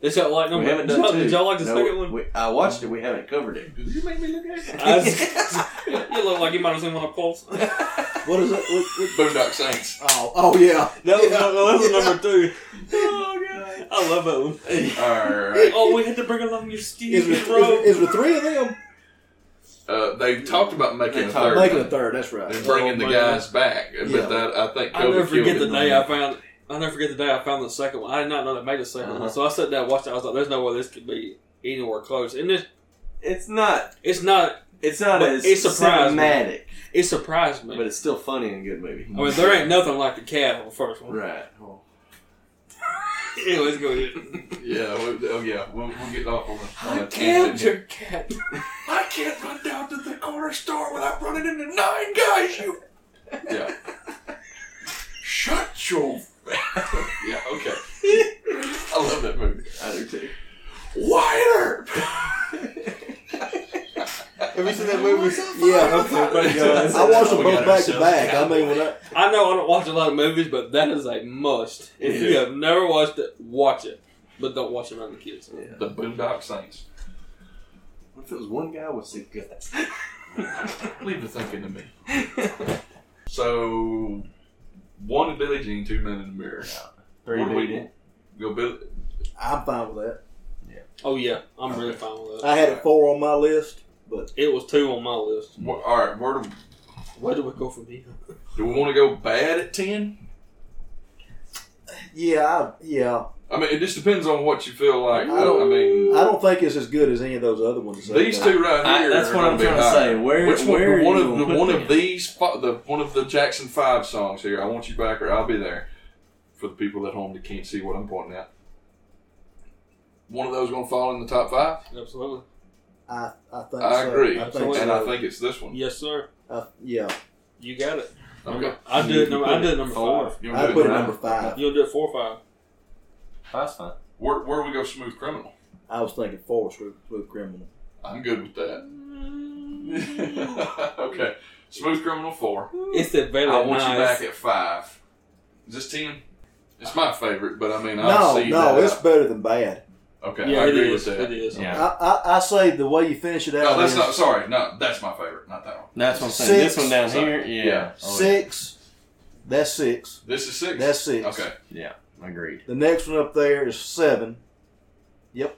[SPEAKER 4] it's got like number.
[SPEAKER 3] We haven't
[SPEAKER 4] did,
[SPEAKER 3] done
[SPEAKER 4] y'all,
[SPEAKER 3] two.
[SPEAKER 4] did y'all like the
[SPEAKER 3] No,
[SPEAKER 4] second one?
[SPEAKER 3] we- I watched it. We haven't covered it.
[SPEAKER 1] Did you make me look at it?
[SPEAKER 4] I was- you look like you might have seen one of Paul's.
[SPEAKER 2] what is it? What- what-
[SPEAKER 1] Boondock Saints.
[SPEAKER 2] oh, oh yeah.
[SPEAKER 4] That was,
[SPEAKER 2] Yeah.
[SPEAKER 4] that was
[SPEAKER 2] Yeah.
[SPEAKER 4] number two.
[SPEAKER 3] oh god.
[SPEAKER 4] I love that one.
[SPEAKER 1] All right.
[SPEAKER 4] Oh, we had to bring along your
[SPEAKER 2] Is
[SPEAKER 4] skinny
[SPEAKER 2] there,
[SPEAKER 4] bro.
[SPEAKER 2] is, there three of them?
[SPEAKER 1] Uh, they talked about making
[SPEAKER 3] They
[SPEAKER 1] a
[SPEAKER 3] talked-
[SPEAKER 1] third.
[SPEAKER 2] Making a third. That's right.
[SPEAKER 1] and bringing
[SPEAKER 4] Oh,
[SPEAKER 1] the
[SPEAKER 4] man.
[SPEAKER 1] guys back.
[SPEAKER 2] Yeah.
[SPEAKER 1] But that I think COVID
[SPEAKER 4] I never
[SPEAKER 1] killed
[SPEAKER 4] forget
[SPEAKER 1] it
[SPEAKER 4] the
[SPEAKER 1] on
[SPEAKER 4] day I
[SPEAKER 1] that.
[SPEAKER 4] found. I never forget the day I found the second one. I did not know they made a 2nd
[SPEAKER 3] Uh-huh.
[SPEAKER 4] one, so I sat down and watched it. I was like, "There's no way this could be anywhere close." And this,
[SPEAKER 3] It's not.
[SPEAKER 4] it's not.
[SPEAKER 3] It's not
[SPEAKER 4] But
[SPEAKER 3] as
[SPEAKER 4] it surprised me.
[SPEAKER 3] cinematic,
[SPEAKER 4] It surprised me.
[SPEAKER 3] but it's still funny and a good movie.
[SPEAKER 4] I mean, there ain't nothing like the cat on the first one.
[SPEAKER 3] Right.
[SPEAKER 4] Anyways, go ahead.
[SPEAKER 1] Yeah, we, oh yeah, we'll, we'll get off on a, on a
[SPEAKER 4] your cat.
[SPEAKER 1] I can't run down to the corner store without running into nine guys. You. Yeah. Shut your. yeah. Okay. I love that movie.
[SPEAKER 3] I do too.
[SPEAKER 1] Wider.
[SPEAKER 3] Have you seen that movie?
[SPEAKER 2] Yeah. I watched them both back to back. I
[SPEAKER 1] Yeah.
[SPEAKER 2] mean, when I,
[SPEAKER 4] I know I don't watch a lot of movies, but that is a must. If you
[SPEAKER 1] Yeah.
[SPEAKER 4] have never watched it, watch it. But don't watch it around the kids.
[SPEAKER 1] The Boondock Saints.
[SPEAKER 3] What if it was one guy with six guys?
[SPEAKER 1] Leave the thinking to me. So, one Billie Jean, two Men in the Mirror.
[SPEAKER 3] Three
[SPEAKER 1] What do we
[SPEAKER 3] beat it.
[SPEAKER 1] Go Billy.
[SPEAKER 2] I'm fine with that.
[SPEAKER 4] Oh yeah, I'm really fine with that.
[SPEAKER 2] I had a four on my list.
[SPEAKER 4] It was two on my list.
[SPEAKER 1] Wh- All right. Where do
[SPEAKER 4] Where do we go from here?
[SPEAKER 1] do we want to go bad at ten?
[SPEAKER 2] Yeah, I, yeah.
[SPEAKER 1] I mean, it just depends on what you feel like.
[SPEAKER 2] I don't-
[SPEAKER 1] I mean,
[SPEAKER 2] I don't think it's as good as any of those other ones.
[SPEAKER 1] these two right
[SPEAKER 3] I-
[SPEAKER 1] here.
[SPEAKER 3] that's
[SPEAKER 1] are
[SPEAKER 3] what
[SPEAKER 1] gonna
[SPEAKER 3] I'm
[SPEAKER 1] be
[SPEAKER 3] trying to
[SPEAKER 1] high.
[SPEAKER 3] say. Where,
[SPEAKER 1] Which one?
[SPEAKER 3] where
[SPEAKER 1] one
[SPEAKER 3] are you
[SPEAKER 1] of
[SPEAKER 3] gonna
[SPEAKER 1] the
[SPEAKER 3] put
[SPEAKER 1] one of
[SPEAKER 3] them?
[SPEAKER 1] these, fi- the one of the Jackson Five songs here. I want you back, or I'll be there. For the people at home that can't see what I'm pointing at, one of those going to fall in the top five,
[SPEAKER 4] Absolutely.
[SPEAKER 2] I, I think.
[SPEAKER 1] I
[SPEAKER 2] so.
[SPEAKER 1] agree.
[SPEAKER 2] I think
[SPEAKER 4] Absolutely.
[SPEAKER 1] and I
[SPEAKER 2] so.
[SPEAKER 1] think it's this one.
[SPEAKER 4] Yes, sir.
[SPEAKER 2] I- yeah,
[SPEAKER 4] You got it.
[SPEAKER 1] Okay,
[SPEAKER 4] I did number. I did number
[SPEAKER 3] Four.
[SPEAKER 4] five.
[SPEAKER 1] you
[SPEAKER 2] I
[SPEAKER 1] want to
[SPEAKER 2] put
[SPEAKER 1] do
[SPEAKER 2] it
[SPEAKER 1] it?
[SPEAKER 2] number five.
[SPEAKER 4] You'll do it four or five.
[SPEAKER 3] That's fine.
[SPEAKER 1] Where, where we go, Smooth Criminal.
[SPEAKER 2] I was thinking four was Smooth, Smooth Criminal.
[SPEAKER 1] I'm good with that. okay, Smooth Criminal four.
[SPEAKER 4] It's the very
[SPEAKER 1] I want you
[SPEAKER 4] nice.
[SPEAKER 1] back at five. Is this ten? It's my favorite, but I mean, I'll
[SPEAKER 2] No,
[SPEAKER 1] see
[SPEAKER 2] no,
[SPEAKER 1] that.
[SPEAKER 2] it's better than bad.
[SPEAKER 1] okay,
[SPEAKER 4] yeah,
[SPEAKER 1] I
[SPEAKER 4] it
[SPEAKER 1] agree
[SPEAKER 4] is.
[SPEAKER 1] with
[SPEAKER 4] It
[SPEAKER 1] that.
[SPEAKER 4] is.
[SPEAKER 2] I,
[SPEAKER 3] Yeah.
[SPEAKER 2] I, I say the way you finish it out
[SPEAKER 1] No, that's
[SPEAKER 2] is
[SPEAKER 1] not. Sorry, no, that's my favorite, not that one.
[SPEAKER 6] That's what I'm saying.
[SPEAKER 2] Six.
[SPEAKER 6] This one down
[SPEAKER 1] Sorry.
[SPEAKER 6] here, yeah.
[SPEAKER 1] Yeah.
[SPEAKER 6] Oh,
[SPEAKER 2] six. That's six.
[SPEAKER 1] This is six.
[SPEAKER 2] That's six.
[SPEAKER 1] okay.
[SPEAKER 6] yeah. Agreed.
[SPEAKER 2] The next one up there is seven. Yep.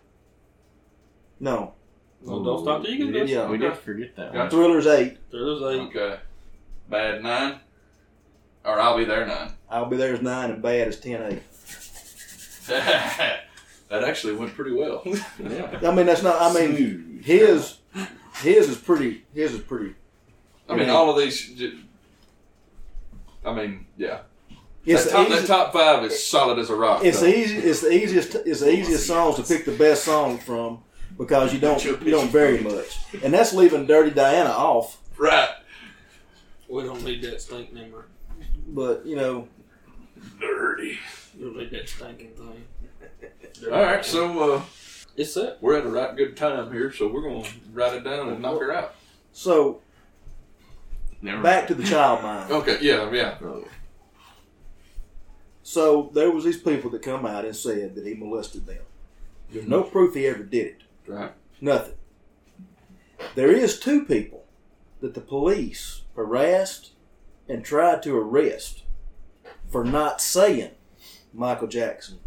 [SPEAKER 2] No,
[SPEAKER 4] No, don't stop till you can do it.
[SPEAKER 2] Yeah.
[SPEAKER 6] We did forget that one.
[SPEAKER 1] Gotcha.
[SPEAKER 2] Thriller's eight.
[SPEAKER 4] There's a
[SPEAKER 1] Okay. Bad nine. Or I'll be there nine.
[SPEAKER 2] I'll be there as nine and bad as ten eight.
[SPEAKER 1] that actually went pretty well.
[SPEAKER 3] Yeah.
[SPEAKER 2] I mean that's not. I mean his his is pretty. His is pretty.
[SPEAKER 1] I mean, all of these. j- I mean, yeah.
[SPEAKER 2] It's
[SPEAKER 1] that, top,
[SPEAKER 2] the
[SPEAKER 1] that
[SPEAKER 2] easy-
[SPEAKER 1] top five is solid as a rock.
[SPEAKER 2] It's e-
[SPEAKER 1] though.
[SPEAKER 2] the easy. It's the easiest. It's the easiest songs to pick the best song from because you don't you don't vary much, and that's leaving Dirty Diana off.
[SPEAKER 1] Right.
[SPEAKER 4] We don't need that stink number.
[SPEAKER 2] But you know,
[SPEAKER 1] Dirty.
[SPEAKER 4] We don't need that stinking thing.
[SPEAKER 1] All right, so uh,
[SPEAKER 4] It's it.
[SPEAKER 1] we're at a right good time here, so we're gonna write it down and knock her out.
[SPEAKER 2] so
[SPEAKER 6] Never
[SPEAKER 2] back to the child mind.
[SPEAKER 1] Okay. Yeah. Yeah.
[SPEAKER 2] So there was these people that come out and said that he molested them. There's no proof he ever did it.
[SPEAKER 1] Hmm. Right.
[SPEAKER 2] Nothing. There is two people that the police harassed and tried to arrest for not saying Michael Jackson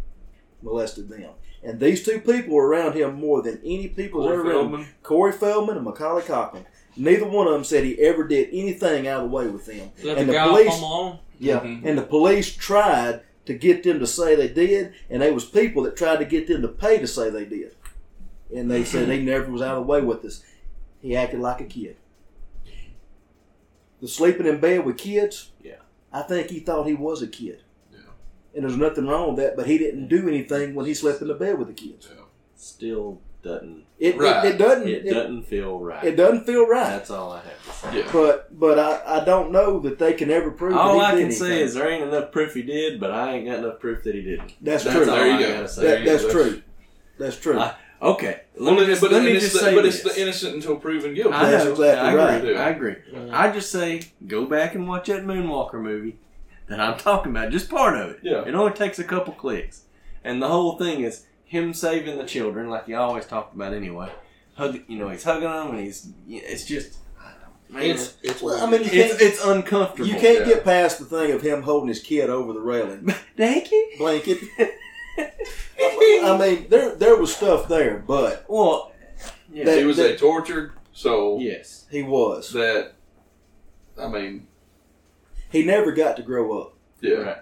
[SPEAKER 2] molested them. And these two people were around him more than any people
[SPEAKER 1] Corey
[SPEAKER 2] ever around him.
[SPEAKER 1] Feldman.
[SPEAKER 2] Corey Feldman and Macaulay Cochran. Neither one of them said he ever did anything out of the way with them.
[SPEAKER 4] Let
[SPEAKER 2] and
[SPEAKER 4] the,
[SPEAKER 2] the
[SPEAKER 4] guy
[SPEAKER 2] police,
[SPEAKER 4] come along.
[SPEAKER 2] yeah,
[SPEAKER 3] Mm-hmm.
[SPEAKER 1] Mhm.
[SPEAKER 2] and the police tried to get them to say they did, and they was people that tried to get them to pay to say they did, and they said he never was out of the way with us. He acted like a kid. The sleeping in bed with kids.
[SPEAKER 3] Yeah.
[SPEAKER 2] I think he thought he was a kid.
[SPEAKER 1] Yeah.
[SPEAKER 2] And there's nothing wrong with that, but he didn't do anything when he slept in the bed with the kids.
[SPEAKER 3] Still doesn't.
[SPEAKER 2] It, it-
[SPEAKER 1] Right.
[SPEAKER 2] it, doesn't.
[SPEAKER 3] It doesn't feel right.
[SPEAKER 2] It doesn't feel right.
[SPEAKER 3] That's all I have to say.
[SPEAKER 1] Yeah. yeah.
[SPEAKER 2] But but I, I don't know that they can ever prove.
[SPEAKER 3] All
[SPEAKER 2] that he
[SPEAKER 3] I
[SPEAKER 2] did
[SPEAKER 3] can say
[SPEAKER 2] anything.
[SPEAKER 3] is there ain't enough proof he did, but I ain't got enough proof that he didn't.
[SPEAKER 2] that's,
[SPEAKER 3] That's
[SPEAKER 2] true.
[SPEAKER 3] all
[SPEAKER 1] There you
[SPEAKER 3] I
[SPEAKER 1] go.
[SPEAKER 3] gotta say.
[SPEAKER 2] That, that's
[SPEAKER 1] That's-
[SPEAKER 2] true. That's true.
[SPEAKER 3] I- Okay, let
[SPEAKER 1] Well,
[SPEAKER 3] me
[SPEAKER 1] it-
[SPEAKER 3] just,
[SPEAKER 1] but,
[SPEAKER 3] let me
[SPEAKER 1] and
[SPEAKER 3] just
[SPEAKER 1] it's the,
[SPEAKER 3] say
[SPEAKER 1] but
[SPEAKER 3] this.
[SPEAKER 1] it's the innocent until proven guilty.
[SPEAKER 3] I
[SPEAKER 2] That's
[SPEAKER 3] know,
[SPEAKER 2] exactly
[SPEAKER 3] I agree.
[SPEAKER 1] right.
[SPEAKER 3] I agree. I just say go back and watch that Moonwalker movie that I'm talking about, just part of it.
[SPEAKER 1] Yeah.
[SPEAKER 3] It only takes a couple clicks, and the whole thing is him saving the children, like he always talked about anyway. Hug, you know, he's hugging them, and he's it's just, man, it's,
[SPEAKER 4] It's it's.
[SPEAKER 2] Well, I mean, you can't,
[SPEAKER 3] it's uncomfortable.
[SPEAKER 2] you can't
[SPEAKER 1] yeah.
[SPEAKER 2] get past the thing of him holding his kid over the railing
[SPEAKER 3] Thank you.
[SPEAKER 2] blanket. I mean, there there was stuff there, but
[SPEAKER 3] Well, yeah,
[SPEAKER 2] That-
[SPEAKER 1] he was a tortured soul.
[SPEAKER 3] yes,
[SPEAKER 2] he was.
[SPEAKER 1] That. I mean.
[SPEAKER 2] He never got to grow up.
[SPEAKER 1] Yeah.
[SPEAKER 3] Right.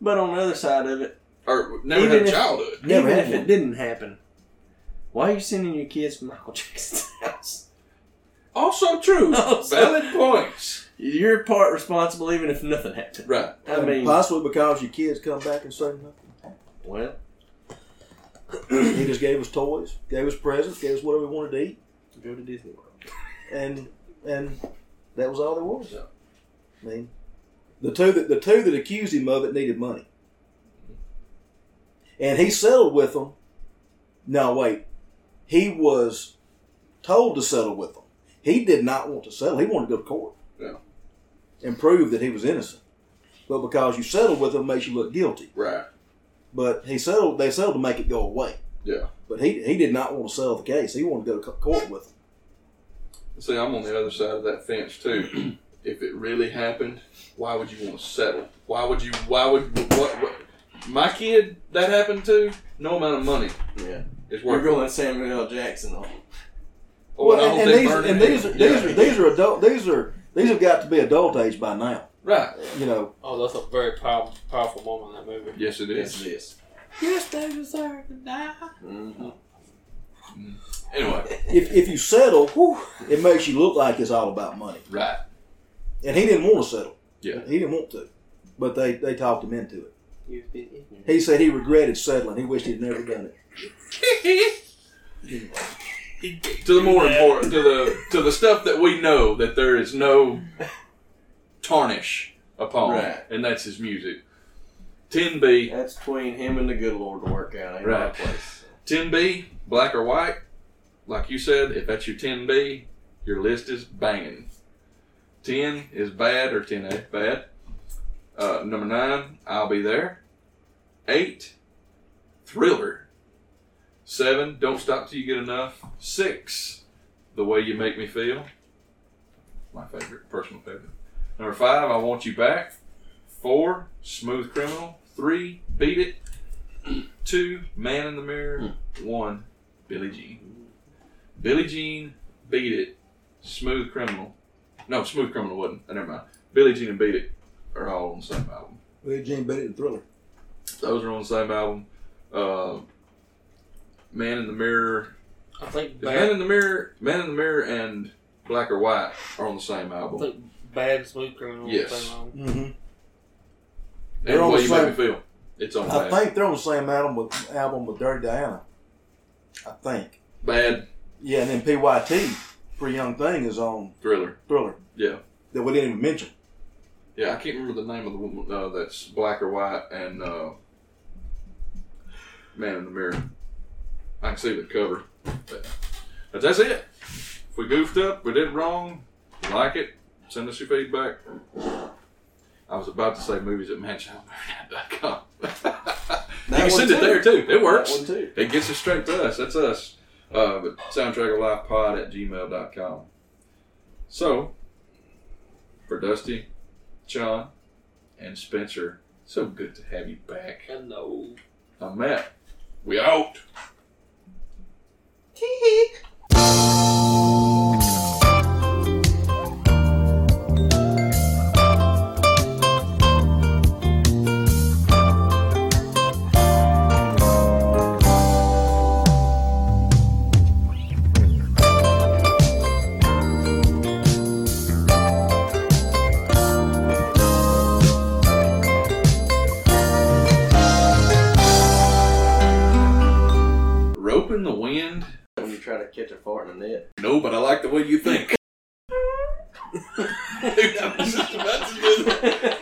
[SPEAKER 3] but on the other side of it,
[SPEAKER 1] Or never
[SPEAKER 3] Even
[SPEAKER 1] had
[SPEAKER 3] if-
[SPEAKER 1] childhood.
[SPEAKER 2] Never
[SPEAKER 3] even
[SPEAKER 2] had
[SPEAKER 3] if
[SPEAKER 2] one.
[SPEAKER 3] it didn't happen, why are you sending your kids to Michael Jackson's house?
[SPEAKER 1] Also true.
[SPEAKER 3] Also-
[SPEAKER 1] Valid points.
[SPEAKER 3] You're part responsible even if nothing happened.
[SPEAKER 1] Right.
[SPEAKER 3] I mean,
[SPEAKER 2] possibly because your kids come back and say nothing.
[SPEAKER 3] well,
[SPEAKER 2] he just gave us toys, gave us presents, gave us whatever we wanted to eat,
[SPEAKER 3] go to Disney World.
[SPEAKER 2] and and that was all there was.
[SPEAKER 1] Yeah.
[SPEAKER 2] I mean, the two that the two that accused him of it needed money, and he settled with them. No, wait, he was told to settle with them. He did not want to settle. He wanted to go to court
[SPEAKER 1] Yeah.
[SPEAKER 2] and prove that he was innocent. But because you settled with them, makes you look guilty.
[SPEAKER 1] Right.
[SPEAKER 2] But he settled. They settled to make it go away.
[SPEAKER 1] Yeah.
[SPEAKER 2] But he he did not want to settle the case. He wanted to go to co- court with them.
[SPEAKER 1] See, I'm on the other side of that fence too. if it really happened, why would you want to settle? Why would you? Why would what? what my kid that happened to? No amount of money
[SPEAKER 3] Yeah,
[SPEAKER 1] is
[SPEAKER 3] we're
[SPEAKER 1] worth. it.
[SPEAKER 3] going Samuel L. Jackson on.
[SPEAKER 1] Oh,
[SPEAKER 2] well,
[SPEAKER 1] I
[SPEAKER 2] and,
[SPEAKER 1] hope
[SPEAKER 2] and
[SPEAKER 1] they
[SPEAKER 2] these
[SPEAKER 1] burn
[SPEAKER 2] and
[SPEAKER 1] it
[SPEAKER 2] these are,
[SPEAKER 1] down.
[SPEAKER 2] these
[SPEAKER 1] Yeah.
[SPEAKER 2] are these are adult these are these have got to be adult age by now.
[SPEAKER 1] right.
[SPEAKER 2] You know.
[SPEAKER 4] Oh, that's a very powerful, powerful moment in that movie.
[SPEAKER 1] Yes, it
[SPEAKER 3] Yes,
[SPEAKER 1] is.
[SPEAKER 3] it is.
[SPEAKER 5] Yes, they deserve to die.
[SPEAKER 3] Mm-hmm.
[SPEAKER 1] Anyway,
[SPEAKER 2] if, if you settle, whew, it makes you look like it's all about money.
[SPEAKER 1] right.
[SPEAKER 2] And he didn't want to settle.
[SPEAKER 1] Yeah.
[SPEAKER 2] He didn't want to. But they, they talked him into it.
[SPEAKER 3] You've been ignorant.
[SPEAKER 2] He said he regretted settling. He wished he'd never done it.
[SPEAKER 1] To the more important, to the to the stuff that we know that there is no tarnish upon,
[SPEAKER 3] Right.
[SPEAKER 1] and that's his music. 10B,
[SPEAKER 3] That's between him and the good Lord to work out. Ain't my
[SPEAKER 1] Right.
[SPEAKER 3] place.
[SPEAKER 1] 10B, black or white, like you said, if that's your 10B, your list is banging. 10 is bad or 10A is bad. Uh, number 9, I'll be there. 8, Thriller. 7, Don't Stop Till You Get Enough. 6, The Way You Make Me Feel. My favorite, personal favorite. Number 5, I Want You Back. 4, Smooth Criminal. 3, Beat It. Two, Man in the Mirror. One, Billie Jean. Billie Jean, Beat It, Smooth Criminal. No, Smooth Criminal wasn't. Uh, Never mind. Billie Jean and Beat It are all on the same album.
[SPEAKER 2] Billie Jean Betty the Thriller.
[SPEAKER 1] Those are on the same album. Uh, Man in the Mirror.
[SPEAKER 4] I think
[SPEAKER 1] Is Man
[SPEAKER 4] bad.
[SPEAKER 1] in the Mirror, Man in the Mirror, and Black or White are on the same
[SPEAKER 4] I
[SPEAKER 1] album.
[SPEAKER 4] think bad smooth criminal.
[SPEAKER 1] Yes.
[SPEAKER 4] thing on.
[SPEAKER 2] Mm-hmm.
[SPEAKER 1] And
[SPEAKER 2] They're
[SPEAKER 1] the
[SPEAKER 2] on
[SPEAKER 1] way
[SPEAKER 2] the
[SPEAKER 1] you make me
[SPEAKER 2] same-
[SPEAKER 1] feel, it's on
[SPEAKER 2] I
[SPEAKER 1] bad.
[SPEAKER 2] think they're on the same album with album with Dirty Diana. I think.
[SPEAKER 1] bad
[SPEAKER 2] Yeah, and then PYT, Pretty Young Thing, is on
[SPEAKER 1] thriller.
[SPEAKER 2] Thriller.
[SPEAKER 1] Yeah.
[SPEAKER 2] That we didn't even mention.
[SPEAKER 1] Yeah, I can't remember the name of the woman uh, that's black or white and uh, Man in the Mirror. I can see the cover. But, but that's it. If we goofed up, we did wrong, like it, send us your feedback. I was about to say movies at manchildmurder.com. you can
[SPEAKER 3] one
[SPEAKER 1] send it
[SPEAKER 3] too.
[SPEAKER 1] there too. It
[SPEAKER 3] That
[SPEAKER 1] works.
[SPEAKER 3] one too.
[SPEAKER 1] It gets it straight to us. That's us. Uh, but soundtrack of life pod at gmail.com. So, for Dusty, John, and Spencer, so good to have you back.
[SPEAKER 4] I know.
[SPEAKER 1] I'm Matt. We out. Rope in the wind.
[SPEAKER 3] When you try to catch a fart in a net.
[SPEAKER 1] No, but I like the way you think. Dude, I was just about to do that.